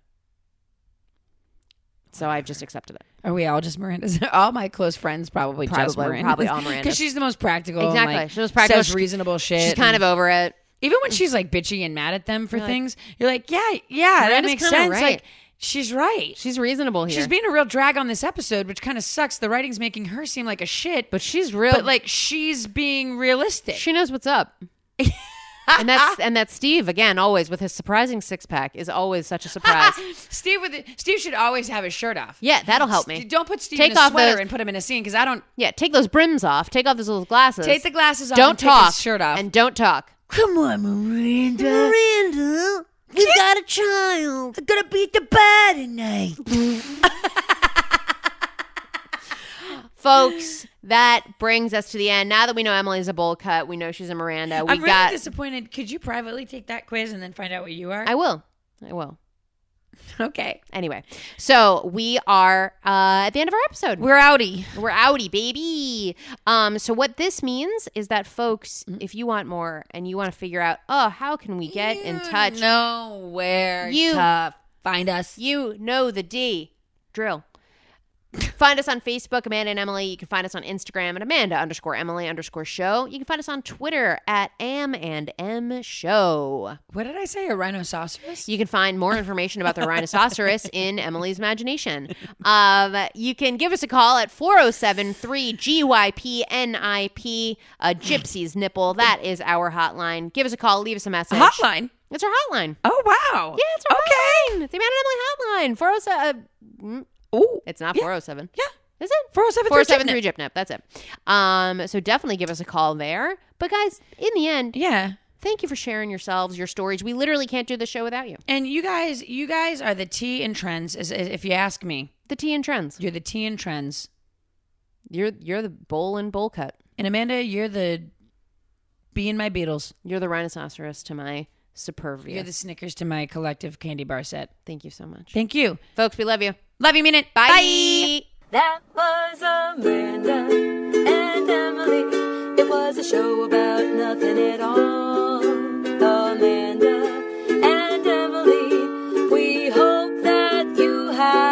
Speaker 2: So I've just accepted it.
Speaker 3: Are we all just Miranda's? [laughs] all my close friends probably, just
Speaker 2: Probably-
Speaker 3: Miranda's. [laughs]
Speaker 2: probably all Mirandas.
Speaker 3: Because she's the most practical. and,
Speaker 2: Exactly.
Speaker 3: like,
Speaker 2: She's the most practical.
Speaker 3: Says
Speaker 2: She-
Speaker 3: reasonable shit.
Speaker 2: She's kind of over it.
Speaker 3: Even when she's like bitchy and mad at them for
Speaker 2: You're like,
Speaker 3: things, you're like, yeah, yeah, that
Speaker 2: Miranda's
Speaker 3: makes
Speaker 2: kinda
Speaker 3: sense.
Speaker 2: right.
Speaker 3: Like, she's right.
Speaker 2: She's reasonable here.
Speaker 3: She's being a real drag on this episode, which kind of sucks. The writing's making her seem like a shit, but
Speaker 2: but she's real.
Speaker 3: but like she's being realistic.
Speaker 2: she knows
Speaker 3: [laughs]
Speaker 2: what's up. and that's and that's Steve again. Always with his surprising six pack is always such
Speaker 3: [laughs]
Speaker 2: a surprise.
Speaker 3: Steve with it, Steve should always have his shirt off.
Speaker 2: yeah, that'll help me.
Speaker 3: Don't put Steve
Speaker 2: Take
Speaker 3: in a
Speaker 2: off
Speaker 3: sweater
Speaker 2: those-
Speaker 3: and put him in a scene because I don't
Speaker 2: Yeah, take those brims off. Take off those little glasses.
Speaker 3: take the glasses off.
Speaker 2: Don't
Speaker 3: and
Speaker 2: talk.
Speaker 3: Take his shirt off.
Speaker 2: and don't talk.
Speaker 5: Come on, Miranda. Miranda, we got a child. I'm gonna beat the bad tonight.
Speaker 2: Folks, that brings us to the end. Now that we know Emily's a bowl cut, we know she's a Miranda. We
Speaker 3: I'm really
Speaker 2: got.
Speaker 3: disappointed. Could you privately take that quiz and then find out what you are?
Speaker 2: I will. I will.
Speaker 3: okay,
Speaker 2: Anyway, so we are uh, at the end of our episode.
Speaker 3: we're outie.
Speaker 2: We're outie, baby. Um, so what this means is that, folks,
Speaker 3: Mm-hmm.
Speaker 2: if you want more and you want to figure out, oh, how can we get in touch?
Speaker 3: Know where
Speaker 2: You-
Speaker 3: to find us.
Speaker 2: You know the D drill. Find us on Facebook, Amanda and Emily. You can find us on Instagram at Amanda underscore Emily underscore show. You can find us on Twitter at Am and M Show.
Speaker 3: What did I say? A rhinoceros?
Speaker 2: You can find more information about the
Speaker 3: [laughs]
Speaker 2: rhinoceros in Emily's imagination. Um, you can give us a call at 4073 GYPNIP, a gypsy's nipple. That is our hotline. Give us a call, leave us a message.
Speaker 3: Hotline.
Speaker 2: It's our hotline.
Speaker 3: Oh wow.
Speaker 2: Yeah, it's our hotline. The Amanda and Emily hotline. 407. mm,
Speaker 3: Oh.
Speaker 2: It's not 407.
Speaker 3: Yeah.
Speaker 2: Is it?
Speaker 3: 407
Speaker 2: 473 Gypnip. That's it. Um, so definitely give us a call there. But guys, in the end,
Speaker 3: Yeah.
Speaker 2: thank you for sharing yourselves, your stories. We literally can't do the show without you.
Speaker 3: And you guys, you guys are the tea and trends. Is, is if you ask me,
Speaker 2: The tea and trends.
Speaker 3: you're the tea and trends.
Speaker 2: You're you're the bowl and bowl cut.
Speaker 3: And Amanda, you're the bee in my Beatles.
Speaker 2: You're the rhinoceros to my supervious.
Speaker 3: You're the Snickers to my collective candy bar set.
Speaker 2: Thank you so much,
Speaker 3: Thank you.
Speaker 2: folks. We love you.
Speaker 3: Love you, mean it.
Speaker 2: Bye.
Speaker 1: That was Amanda and Emily. It was a show about nothing at all. Amanda and Emily, we hope that you have.